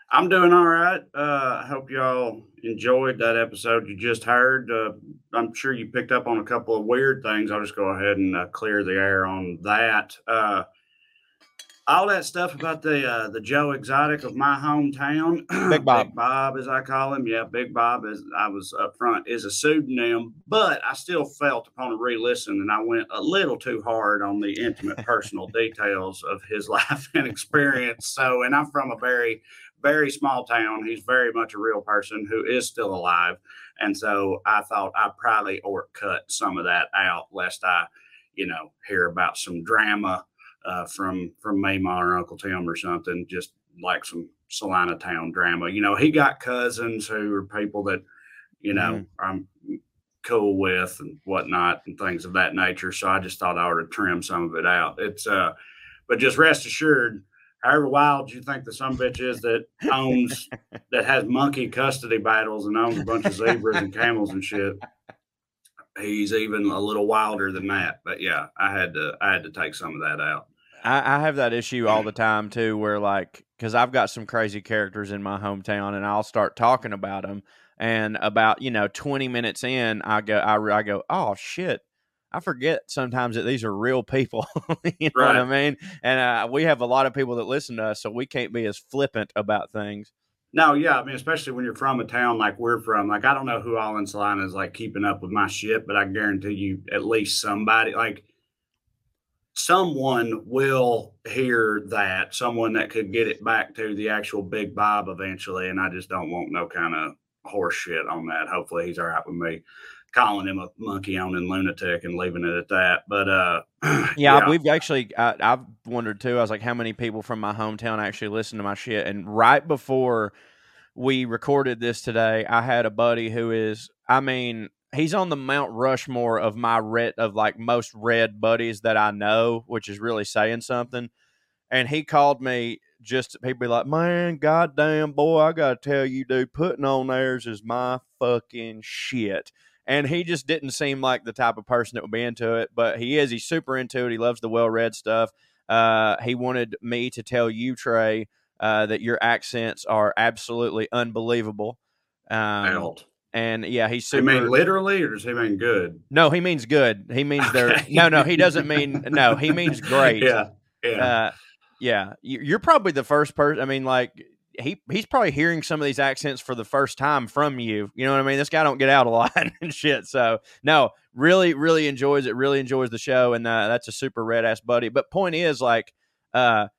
I'm doing all right. Uh, I hope y'all enjoyed that episode you just heard. Uh, I'm sure you picked up on a couple of weird things. I'll just go ahead and uh, clear the air on that. Uh, all that stuff about the uh, the Joe Exotic of my hometown,
Big Bob.
Big Bob, as I call him. Yeah, Big Bob, as I was up front, is a pseudonym, but I still felt upon a re listen, and I went a little too hard on the intimate personal details of his life and experience. So, and I'm from a very, very small town. He's very much a real person who is still alive. And so I thought I probably or cut some of that out, lest I, you know, hear about some drama uh, from from Maymon or Uncle Tim or something, just like some Salina Town drama. You know, he got cousins who are people that, you know, I'm cool with and whatnot and things of that nature. So I just thought I ought to trim some of it out. It's uh, but just rest assured. However wild you think the some bitch is that owns that has monkey custody battles and owns a bunch of zebras and camels and shit, he's even a little wilder than that. But yeah, I had to I had to take some of that out.
I, I have that issue all the time too, where like, because I've got some crazy characters in my hometown, and I'll start talking about them, and about you know twenty minutes in, I go, I, re- I go, oh shit. I forget sometimes that these are real people. you know what I
Right.
mean? And uh, we have a lot of people that listen to us, so we can't be as flippant about things.
No, yeah, I mean, especially when you're from a town like we're from. Like, I don't know who all in Salina is like keeping up with my shit, but I guarantee you, at least somebody, like someone, will hear that. Someone that could get it back to the actual Big Bob eventually. And I just don't want no kind of horse shit on that. Hopefully, he's all right with me calling him a monkey owning lunatic and leaving it at that. But uh,
yeah, we've actually I, I've wondered too. I was like, how many people from my hometown actually listen to my shit? And right before we recorded this today, I had a buddy who is, I mean, he's on the Mount Rushmore of my red of like most red buddies that I know, which is really saying something. And he called me just he'd be like, Man, goddamn boy, I gotta tell you, dude, putting on airs is my fucking shit. And he just didn't seem like the type of person that would be into it, but he is. He's super into it. He loves the well read stuff. Uh, he wanted me to tell you, Trey, uh, that your accents are absolutely unbelievable. Um,
out.
and yeah, he's
I
super.
mean, literally, or does he mean good?
no, he means good. He means they're
Okay.
no, no. He doesn't mean no. He means great.
Yeah, yeah.
Uh, yeah, You- you're probably the first person. I mean, like he he's probably hearing some of these accents for the first time from you. You know what I mean? This guy don't get out a lot and shit. So no, really, really enjoys it. Really enjoys the show, and uh, that's a super red ass buddy. But point is, like, uh,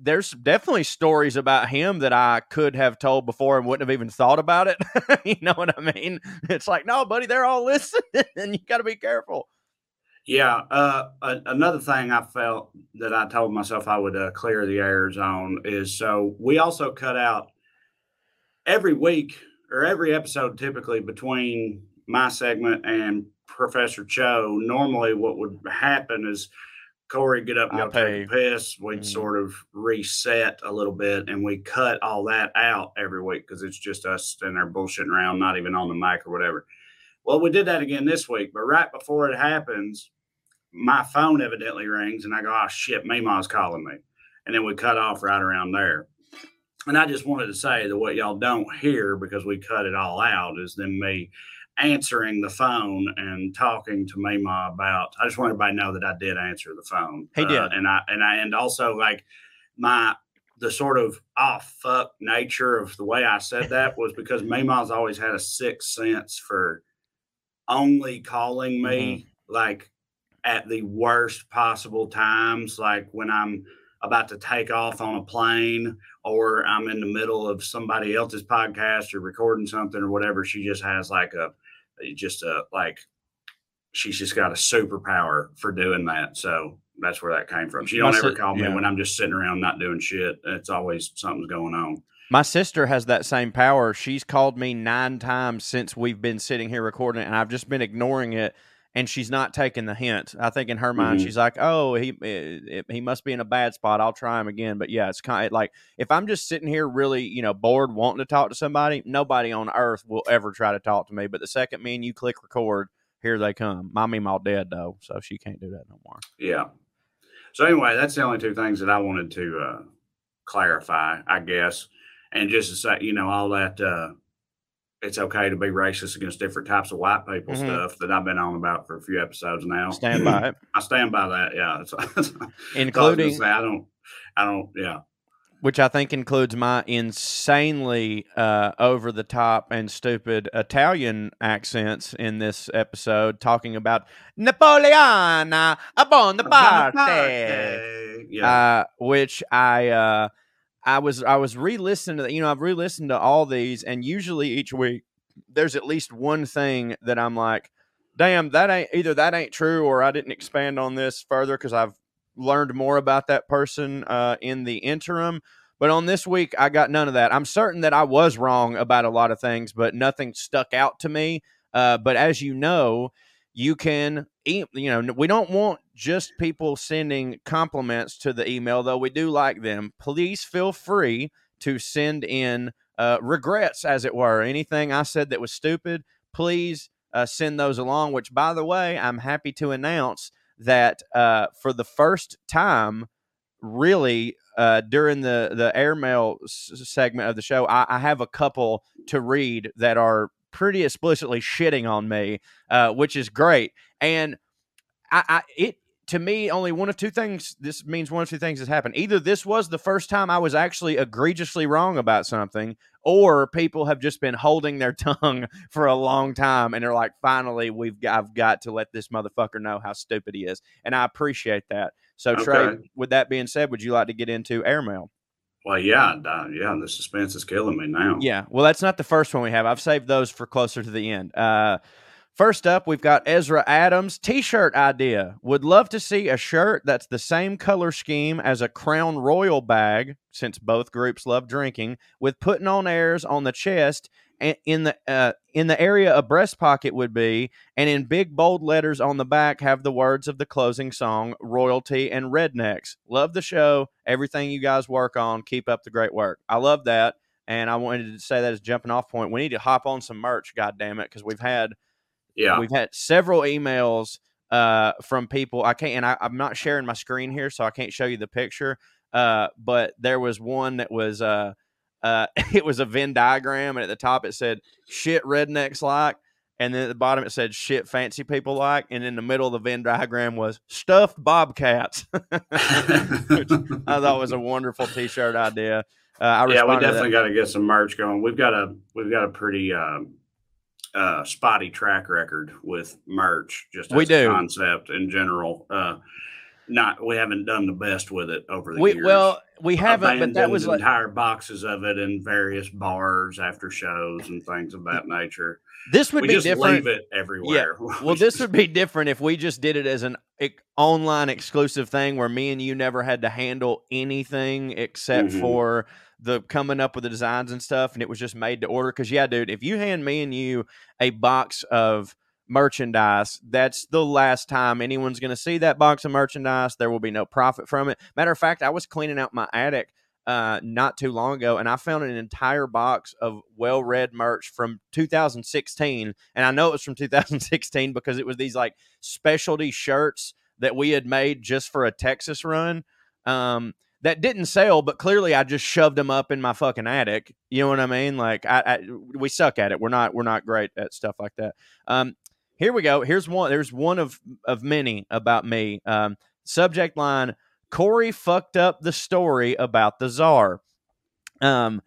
there's definitely stories about him that I could have told before and wouldn't have even thought about it. you know what I mean? It's like, no, buddy, they're all listening, and you got to be careful.
Yeah. Uh, a- another thing I felt that I told myself I would uh, clear the airs on is so we also cut out every week or every episode typically between my segment and Professor Cho. Normally, what would happen is Corey get up and
I'll
go take a piss. We'd
Mhm.
sort of reset a little bit and we cut all that out every week because it's just us standing there bullshitting around, not even on the mic or whatever. Well, we did that again this week, but right before it happens, my phone evidently rings and I go, oh shit, Mima's calling me. And then we cut off right around there. And I just wanted to say that what y'all don't hear because we cut it all out is then me answering the phone and talking to Mama about. I just want everybody to know that I did answer the phone. uh,
He did.
and I and I and also like my the sort of oh fuck nature of the way I said that was because Mama's always had a sixth sense for only calling me like at the worst possible times, like when I'm about to take off on a plane or I'm in the middle of somebody else's podcast or recording something or whatever. She just has like a just a like she's just got a superpower for doing that. So that's where that came from. She don't
Must
ever
it-
call me
yeah.
when I'm just sitting around not doing shit. It's always something's going on.
My sister has that same power. She's called me nine times since we've been sitting here recording, and I've just been ignoring it. And she's not taking the hint. I think in her mind,
Mhm.
she's like, "Oh, he eh, he must be in a bad spot. I'll try him again." But yeah, it's kind of like if I'm just sitting here, really, you know, bored, wanting to talk to somebody, nobody on earth will ever try to talk to me. But the second me and you click record, here they come. My meme all dead though, so she can't do that no more.
Yeah. So anyway, that's the only two things that I wanted to uh, clarify, I guess, and just to say, you know, all that uh, it's okay to be racist against different types of white people
Mhm.
stuff that I've been on about for a few episodes now.
Stand by it,
I stand by that. Yeah, that's, that's what I was gonna
including
say. I don't, I don't. Yeah,
which I think includes my insanely uh, over the top and stupid Italian accents in this episode, talking about Napoleana upon the parte,
Yeah,
uh, which I. Uh, I was I was re-listening to the- you know I've re-listened to all these and usually each week there's at least one thing that I'm like damn that ain't either that ain't true or I didn't expand on this further because I've learned more about that person uh, in the interim but on this week I got none of that I'm certain that I was wrong about a lot of things but nothing stuck out to me uh, but as you know you can e- you know n- we don't want just people sending compliments to the email though we do like them please feel free to send in uh, regrets as it were anything i said that was stupid please uh, send those along which by the way i'm happy to announce that uh, for the first time really uh, during the the airmail s- segment of the show I, I have a couple to read that are pretty explicitly shitting on me uh, which is great. And I, I it to me only one of two things. This means one of two things has happened. Either this was the first time I was actually egregiously wrong about something, or people have just been holding their tongue for a long time, and they're like, "Finally, we've got, I've got to let this motherfucker know how stupid he is." And I appreciate that. So Trey,
Okay.
with that being said, would you like to get into airmail?
well, yeah, uh, yeah. The suspense is killing me now.
Yeah. Well, that's not the first one we have. I've saved those for closer to the end. Uh, first up, we've got Ezra Adams T-shirt idea. Would love to see a shirt that's the same color scheme as a Crown Royal bag, since both groups love drinking, with putting on airs on the chest. and In the uh, in the area a breast pocket would be, and in big bold letters on the back have the words of the closing song "Royalty" and "Rednecks." Love the show, everything you guys work on. Keep up the great work. I love that. And I wanted to say that as a jumping off point. We need to hop on some merch, god damn it, because we've had
yeah.
we've had several emails uh, from people. I can't, and I, I'm not sharing my screen here, so I can't show you the picture. Uh, but there was one that was uh, uh, it was a Venn diagram, and at the top it said "shit rednecks like," and then at the bottom it said "shit fancy people like," and in the middle of the Venn diagram was stuffed bobcats. Which I thought was a wonderful T-shirt idea. Uh, I
yeah, we
responded to that.
definitely got to get some merch going. We've got a we've got a pretty um, uh, spotty track record with merch. Just as
We
a
do.
concept in general. Uh, not we haven't done the best with it over the
we,
years.
Well, we haven't, but that
Abandoned
was like,
entire boxes of it in various bars after shows and things of that nature.
this would
we
be
just
different.
leave it everywhere.
Well, this would be different if we just did it as an ec- online exclusive thing where me and you never had to handle anything except
Mhm.
for the coming up with the designs and stuff, and it was just made to order. Because yeah, dude, if you hand me and you a box of merchandise, that's the last time anyone's going to see that box of merchandise. There will be no profit from it. Matter of fact, I was cleaning out my attic uh, not too long ago, and I found an entire box of well read merch from 2016. And I know it was from 2016 because it was these like specialty shirts that we had made just for a Texas run. Um, that didn't sell, but clearly I just shoved them up in my fucking attic. You know what I mean? Like I, I we suck at it. We're not we're not great at stuff like that. Um, here we go. Here's one. There's one of of many about me. Um, subject line: Corey fucked up the story about the czar. Um,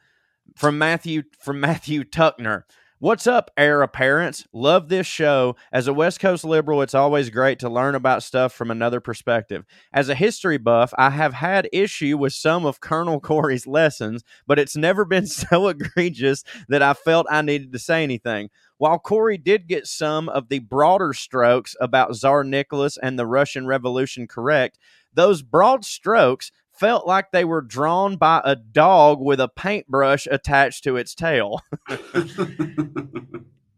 from Matthew from Matthew Tuckner. What's up, heir apparents? Love this show. As a West Coast liberal, it's always great to learn about stuff from another perspective. As a history buff, I have had issue with some of Colonel Corey's lessons, but it's never been so egregious that I felt I needed to say anything. While Corey did get some of the broader strokes about Tsar Nicholas and the Russian Revolution correct, those broad strokes felt like they were drawn by a dog with a paintbrush attached to its tail.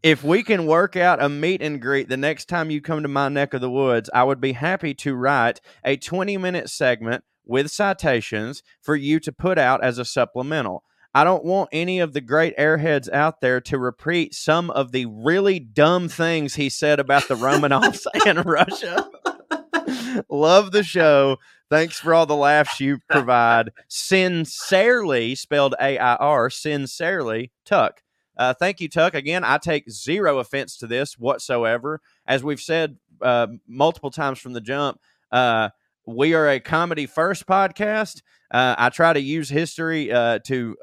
if we can work out a meet and greet the next time you come to my neck of the woods, I would be happy to write a 20 minute segment with citations for you to put out as a supplemental. I don't want any of the great airheads out there to repeat some of the really dumb things he said about the Romanovs and Russia. Love the show. Thanks for all the laughs you provide. Sincerely, spelled A I R, sincerely, Tuck. Uh, thank you, Tuck. Again, I take zero offense to this whatsoever. As we've said uh, multiple times from the jump, uh, we are a comedy first podcast. Uh, I try to use history uh, to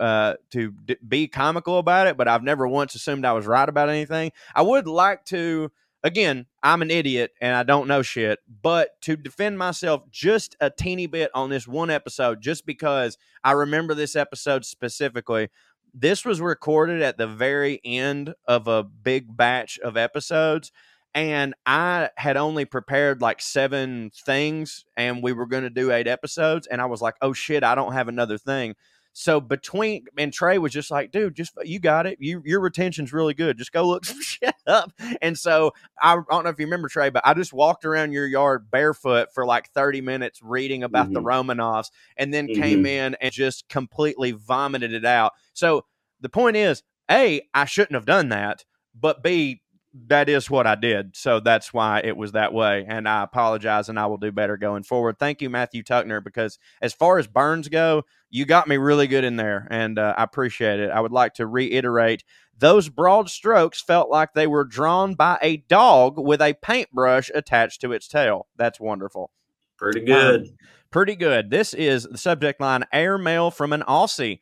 to d- be comical about it, but I've never once assumed I was right about anything. I would like to again, I'm an idiot and I don't know shit, but to defend myself just a teeny bit on this one episode, just because I remember this episode specifically, this was recorded at the very end of a big batch of episodes. And I had only prepared like seven things, and we were going to do eight episodes. And I was like, oh shit, I don't have another thing. So between and Trey was just like, dude, just you got it. You your retention's really good. Just go look some shit up. And so I, I don't know if you remember Trey, but I just walked around your yard barefoot for like 30 minutes reading about mm-hmm. the Romanovs and then mm-hmm. came in and just completely vomited it out. So the point is, A, I shouldn't have done that, but B, that is what I did. So that's why it was that way. And I apologize and I will do better going forward. Thank you, Matthew Tuckner, because as far as burns go, you got me really good in there and uh, I appreciate it. I would like to reiterate those broad strokes felt like they were drawn by a dog with a paintbrush attached to its tail. That's wonderful.
Pretty good. Um,
pretty good. This is the subject line airmail from an Aussie.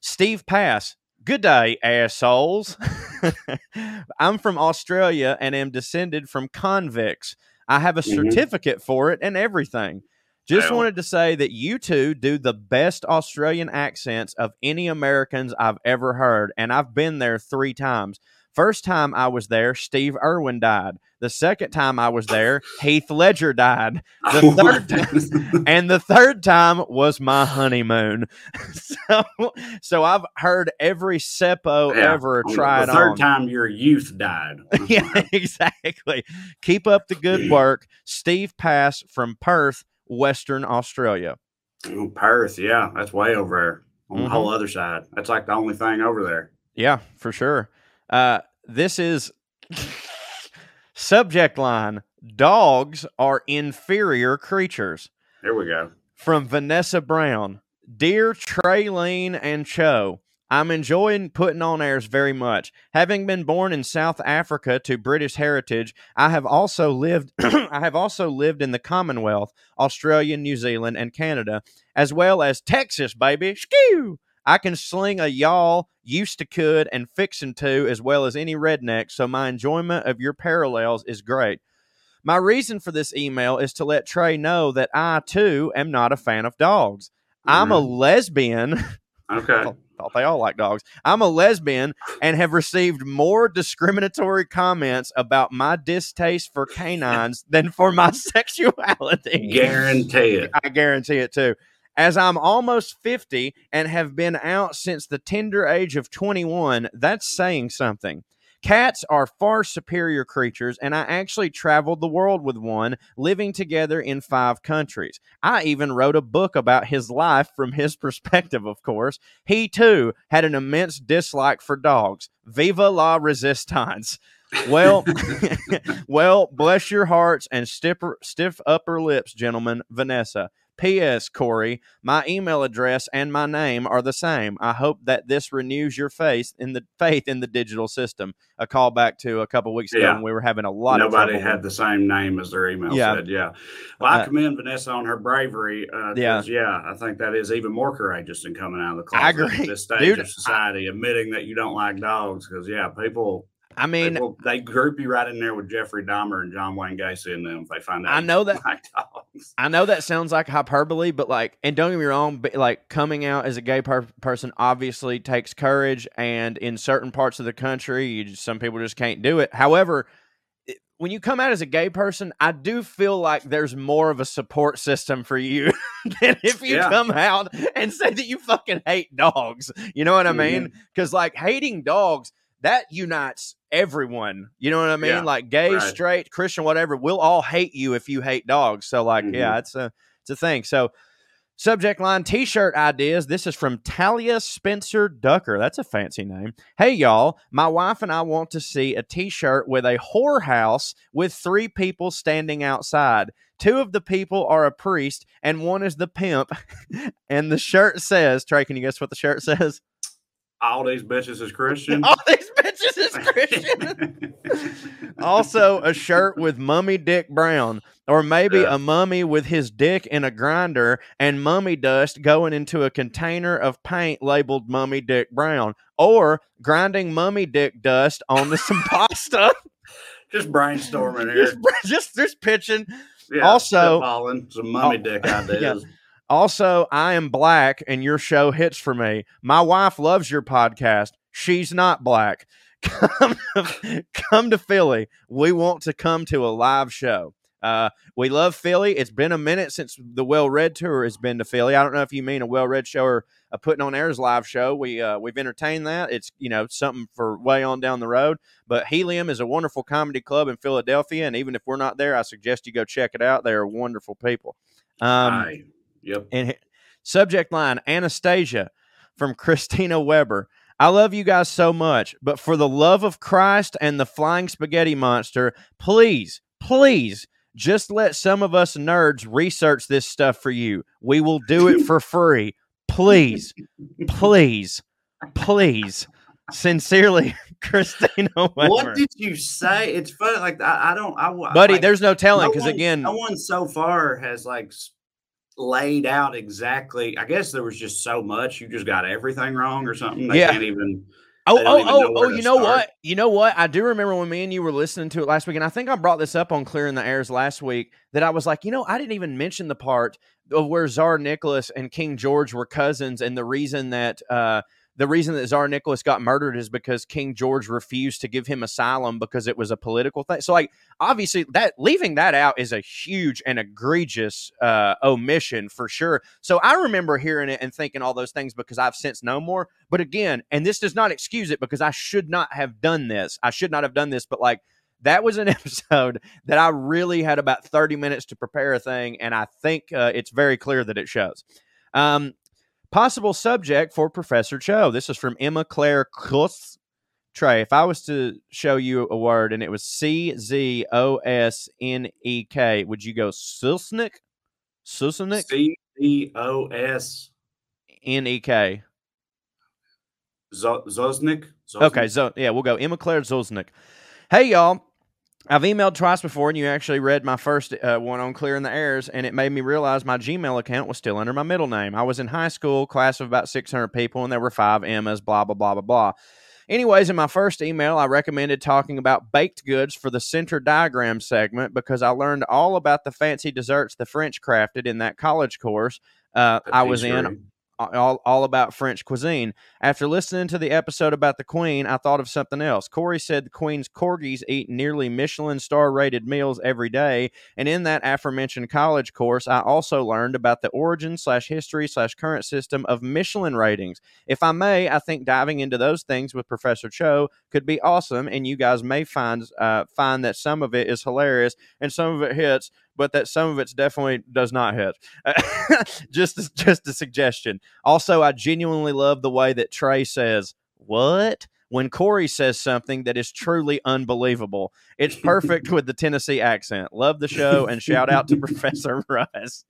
Steve Pass, Good day, assholes. I'm from Australia and am descended from convicts. I have a mm-hmm. certificate for it and everything. Just Ow. wanted to say that you two do the best Australian accents of any Americans I've ever heard, and I've been there three times. First time I was there, Steve Irwin died. The second time I was there, Heath Ledger died. The third time, and the third time was my honeymoon. so, so I've heard every sepo yeah. ever tried.
Oh, The third
on.
time your youth died.
yeah, exactly. Keep up the good work, Steve Pass from Perth, Western Australia.
Ooh, Perth, yeah, that's way over there on mm-hmm. the whole other side. That's like the only thing over there.
Yeah, for sure. Uh, this is Subject line Dogs are inferior creatures.
There we go.
From Vanessa Brown Dear Trey Lean and Cho, I'm enjoying putting on airs very much. Having been born in South Africa to British heritage, I have also lived I have also lived in the Commonwealth, Australia, New Zealand, and Canada, as well as Texas, baby. Skew! I can sling a y'all, used to could, and fixin' to as well as any redneck, so my enjoyment of your parallels is great. My reason for this email is to let Trey know that I, too, am not a fan of dogs. I'm a lesbian.
Okay.
thought they all like dogs. I'm a lesbian and have received more discriminatory comments about my distaste for canines than for my sexuality.
Guarantee it.
I guarantee it, too as I'm almost 50 and have been out since the tender age of 21, that's saying something. Cats are far superior creatures, and I actually traveled the world with one, living together in five countries. I even wrote a book about his life from his perspective, of course. He, too, had an immense dislike for dogs. Viva la resistance. well, well, bless your hearts and stiff, stiff upper lips, gentlemen. Vanessa, P.S. Corey, my email address and my name are the same. I hope that this renews your faith in the faith in the digital system. A callback to a couple weeks ago
Yeah.
when we were having a lot of
Nobody
trouble
had the same name as their email
Yeah.
said. Yeah. Well, I
Uh,
commend Vanessa on her bravery. Uh, 'cause,
Yeah.
yeah. I think that is even more courageous than coming out of the closet
I agree,
at this stage
dude.
of society, admitting that you don't like dogs. Because yeah, people,
I mean,
people they group you right in there with Jeffrey Dahmer and John Wayne Gacy in them if they find out.
I
you
know
don't
that-
like dogs.
I know that sounds like hyperbole, but like, and don't get me wrong, but like coming out as a gay per- person obviously takes courage, and in certain parts of the country, you just, some people just can't do it. However, it- when you come out as a gay person, I do feel like there's more of a support system for you than if you
Yeah.
come out and say that you fucking hate dogs. You know what I mean?
Mm-hmm.
Because like hating dogs, that unites everyone. You know what I mean?
Yeah.
Like gay,
Right.
straight, Christian, whatever. We'll all hate you if you hate dogs. So like, yeah, it's a it's a thing. So subject line t-shirt ideas. This is from Talia Spencer Ducker. That's a fancy name. Hey y'all, my wife and I want to see a t-shirt with a whorehouse with three people standing outside. Two of the people are a priest and one is the pimp. and the shirt says, Trey, can you guess what the shirt says?
All these bitches is Christian.
All these bitches is Christian. also a shirt with mummy dick brown or maybe
Yeah.
a mummy with his dick in a grinder and mummy dust going into a container of paint labeled mummy dick brown or grinding mummy dick dust onto some pasta
just brainstorming here.
just, just just pitching
Yeah,
also-
spitballing some mummy
Oh,
dick ideas.
also i am black and your show hits for me my wife loves your podcast she's not black come to, come to philly we want to come to a live show uh, we love Philly. It's been a minute since the Well Read Tour has been to Philly. I don't know if you mean a Well Read show or a Putting on Air's live show. We uh, we've entertained that. It's you know something for way on down the road. But Helium is a wonderful comedy club in Philadelphia, and even if we're not there, I suggest you go check it out. They are wonderful people. Um,
Aye. Yep.
and he- subject line Anastasia from Christina Weber. I love you guys so much, but for the love of Christ and the flying spaghetti monster, please, please just let some of us nerds research this stuff for you. We will do it for free. Please, please, please. Sincerely, Christina Weber.
What did you say? It's funny. Like I, I don't. I wa-
Buddy,
like,
there's no telling
no
because,
one-
again,
no one so far has like s- laid out exactly. I guess there was just so much. You just got everything wrong or something. They
Yeah.
can't even.
Oh,
They don't
oh,
even
oh,
know where
oh,
to
you know
start.
what? You know what? I do remember when me and you were listening to it last week, and I think I brought this up on Clearing the Airs last week that I was like, you know, I didn't even mention the part of where Tsar Nicholas and King George were cousins, and the reason that uh the reason that Tsar Nicholas got murdered is because King George refused to give him asylum because it was a political thing. So, like, obviously, that leaving that out is a huge and egregious uh, omission for sure. So, I remember hearing it and thinking all those things because I've since known more. But again, and this does not excuse it because I should not have done this. I should not have done this. But like, that was an episode that I really had about 30 minutes to prepare a thing. And I think uh, it's very clear that it shows. Um, possible subject for Professor Cho. This is from Emma Claire Kutz. Trey, if I was to show you a word and it was C Z O S N E K, would you go Susnik? Susnik?
C E O S
N E K.
Zo- Zosnik. Zosnik?
Okay, so yeah, we'll go Emma Claire Zulznick. Hey y'all, I've emailed twice before, and you actually read my first uh, one on clearing the airs, and it made me realize my Gmail account was still under my middle name. I was in high school, class of about six hundred people, and there were five Emmas. Blah blah blah blah blah. Anyways, in my first email, I recommended talking about baked goods for the center diagram segment because I learned all about the fancy desserts the French crafted in that college course uh,
A
I was in
pastry.
all, all about French cuisine. After listening to the episode about the Queen, I thought of something else. Corey said the Queen's corgis eat nearly Michelin star rated meals every day. And in that aforementioned college course, I also learned about the origin slash history slash current system of Michelin ratings. If I may, I think diving into those things with Professor Cho could be awesome, and you guys may find uh, find that some of it is hilarious and some of it hits, but that some of it's definitely does not hit. just just a suggestion. Also, I genuinely love the way that Trey says, What? When Corey says something that is truly unbelievable, it's perfect with the Tennessee accent. Love the show and shout out to Professor Russ.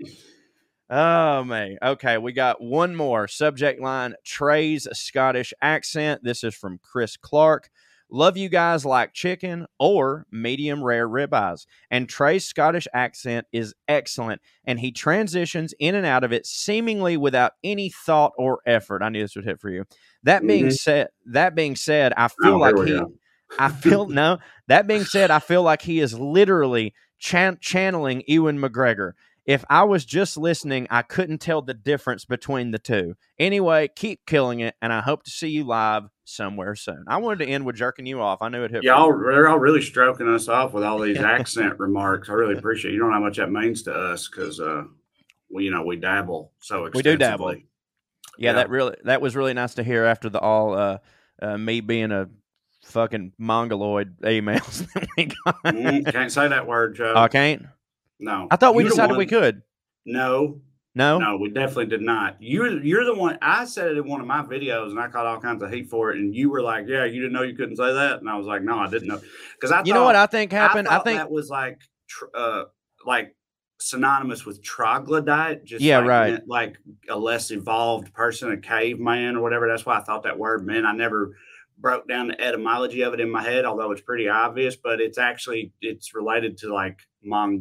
Oh man. Okay, we got one more subject line: Trey's Scottish accent. This is from Chris Clark. Love you guys like chicken or medium rare ribeyes. And Trey's Scottish accent is excellent, and he transitions in and out of it seemingly without any thought or effort. I knew this would hit for you. That being
Mhm.
said, that being said, I
Oh,
feel
here
like
we
he.
go.
I feel no. That being said, I feel like he is literally chan- channeling Ewan McGregor. If I was just listening, I couldn't tell the difference between the two. Anyway, keep killing it, and I hope to see you live somewhere soon. I wanted to end with jerking you off. I knew it hit.
Y'all, they're all really stroking us off with all these accent remarks. I really appreciate. You know how much that means to us because, uh, we you know we dabble so
We
extensively.
do dabble. yeah,
yeah.
that really that was really nice to hear after the all uh, uh me being a fucking mongoloid emails that we got.
Mm, can't say that word, Joe.
I can't.
No,
Uh, I thought we
You're the
decided
one-
we could. Oh.
No,
No,
no, we definitely did not. You're you're the one. I said it in one of my videos, and I caught all kinds of heat for it. And you were like, "Yeah, you didn't know you couldn't say that," and I was like, "No, I didn't know." Because I
you know
thought-
what I think happened. I,
thought
think
that was like tr- uh like synonymous with troglodyte just
Yeah,
like
right.
meant like a less evolved person a caveman or whatever that's why i thought that word meant i never broke down the etymology of it in my head although it's pretty obvious but it's actually it's related to like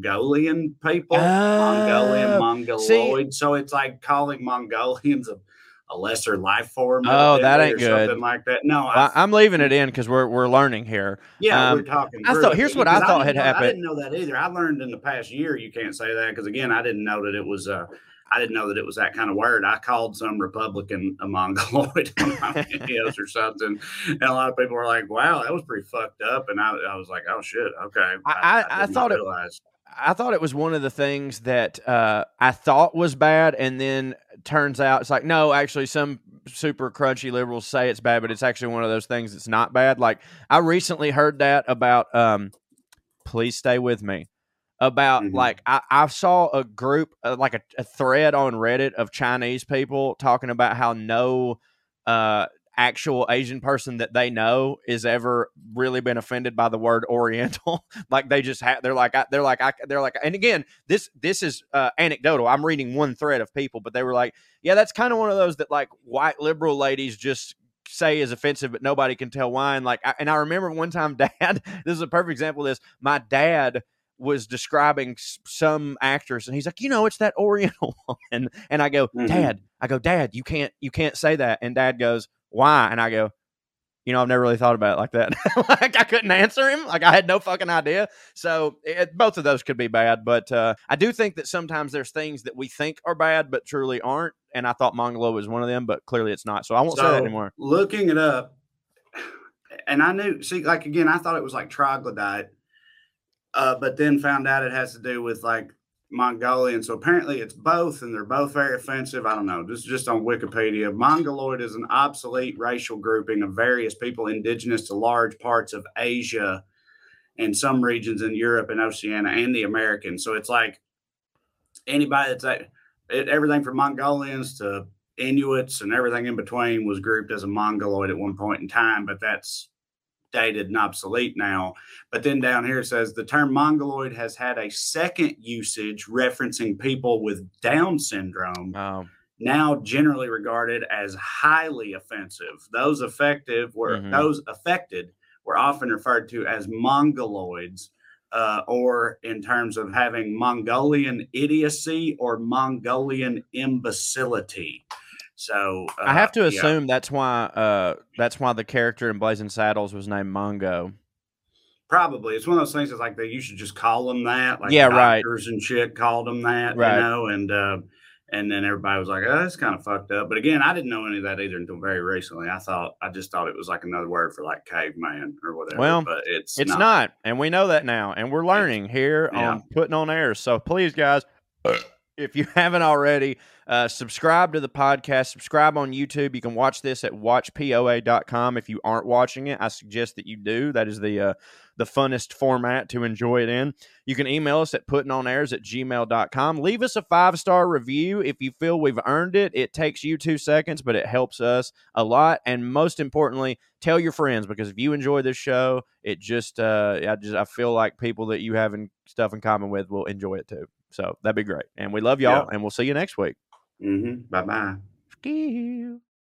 mongolian people
Oh,
mongolian mongoloid so it's like calling mongolians a, a lesser life form
Oh,
evidently,
that ain't
or
good.
something like that no
I, I'm leaving it in because we're we're learning here.
Yeah,
Um,
we're talking.
I
through
thought-
it,
here's what I
because
thought
didn't
had
know-
happened.
I didn't know that either. I learned in the past year you can't say that because again, I didn't know that it was. Uh, I didn't know that it was that kind of word. I called some Republican a mongoloid on my videos or something, and a lot of people were like, "Wow, that was pretty fucked up," and I, I was like, "Oh shit, okay."
I- I- I
did not
thought it-
realize.
I thought it was one of the things that uh, I thought was bad, and then turns out it's like no, actually, some super crunchy liberals say it's bad, but it's actually one of those things that's not bad. Like I recently heard that about. Um, please stay with me. About
Mhm.
like I, I saw a group uh, like a, a thread on Reddit of Chinese people talking about how no uh, actual Asian person that they know is ever really been offended by the word Oriental. like they just have they're like I, they're like I, they're like and again this this is uh, anecdotal i'm reading one thread of people but they were like yeah that's kind of one of those that like white liberal ladies just say is offensive but nobody can tell why and like I, and i remember one time dad this is a perfect example of this my dad was describing s- some actress and he's like you know it's that oriental woman and i go
Mhm.
dad i go dad you can't you can't say that and dad goes why and i go you know, I've never really thought about it like that. like I couldn't answer him. Like I had no fucking idea. So it, both of those could be bad, but uh, I do think that sometimes there's things that we think are bad but truly aren't. And I thought Mongolo was one of them, but clearly it's not. So I won't say that
So-
anymore.
looking it up, and I knew. See, like again, I thought it was like troglodyte, uh, but then found out it has to do with like Mongolian. So apparently, it's both, and they're both very offensive. I don't know. This is just on Wikipedia. Mongoloid is an obsolete racial grouping of various people indigenous to large parts of Asia and some regions in Europe and Oceania and the Americans. So it's like anybody that's like it, everything from Mongolians to Inuits and everything in between was grouped as a mongoloid at one point in time, but that's dated and obsolete now. But then down here it says the term mongoloid has had a second usage referencing people with Down syndrome
Oh,
now generally regarded as highly offensive. Those effective were
Mhm.
those affected were often referred to as mongoloids, uh, or in terms of having Mongolian idiocy or Mongolian imbecility. So
I have
uh,
to
yeah.
assume that's why. Uh, that's why the character in Blazing Saddles was named Mongo.
Probably. It's one of those things that's like they you should just call them that. Like
Yeah, right.
doctors and shit called them that,
Right.
you know, and uh and then everybody was like, Oh, that's kind of fucked up. But again, I didn't know any of that either until very recently. I thought I just thought it was like another word for like caveman or whatever.
Well,
but it's
It's not. and we know that now, and we're learning here
Yeah.
on putting on airs. So please, guys, if you haven't already, uh, subscribe to the podcast. Subscribe on YouTube. You can watch this at watchpoa.com. If you aren't watching it, I suggest that you do. That is the uh, the funnest format to enjoy it in. You can email us at puttingonairs at gmail.com. Leave us a five star review if you feel we've earned it. It takes you two seconds, but it helps us a lot. And most importantly, tell your friends because if you enjoy this show, it just uh, I just I feel like people that you have in, stuff in common with will enjoy it too. So that'd be great. And we love y'all, and we'll see you next week.
Mm-hmm. Bye bye.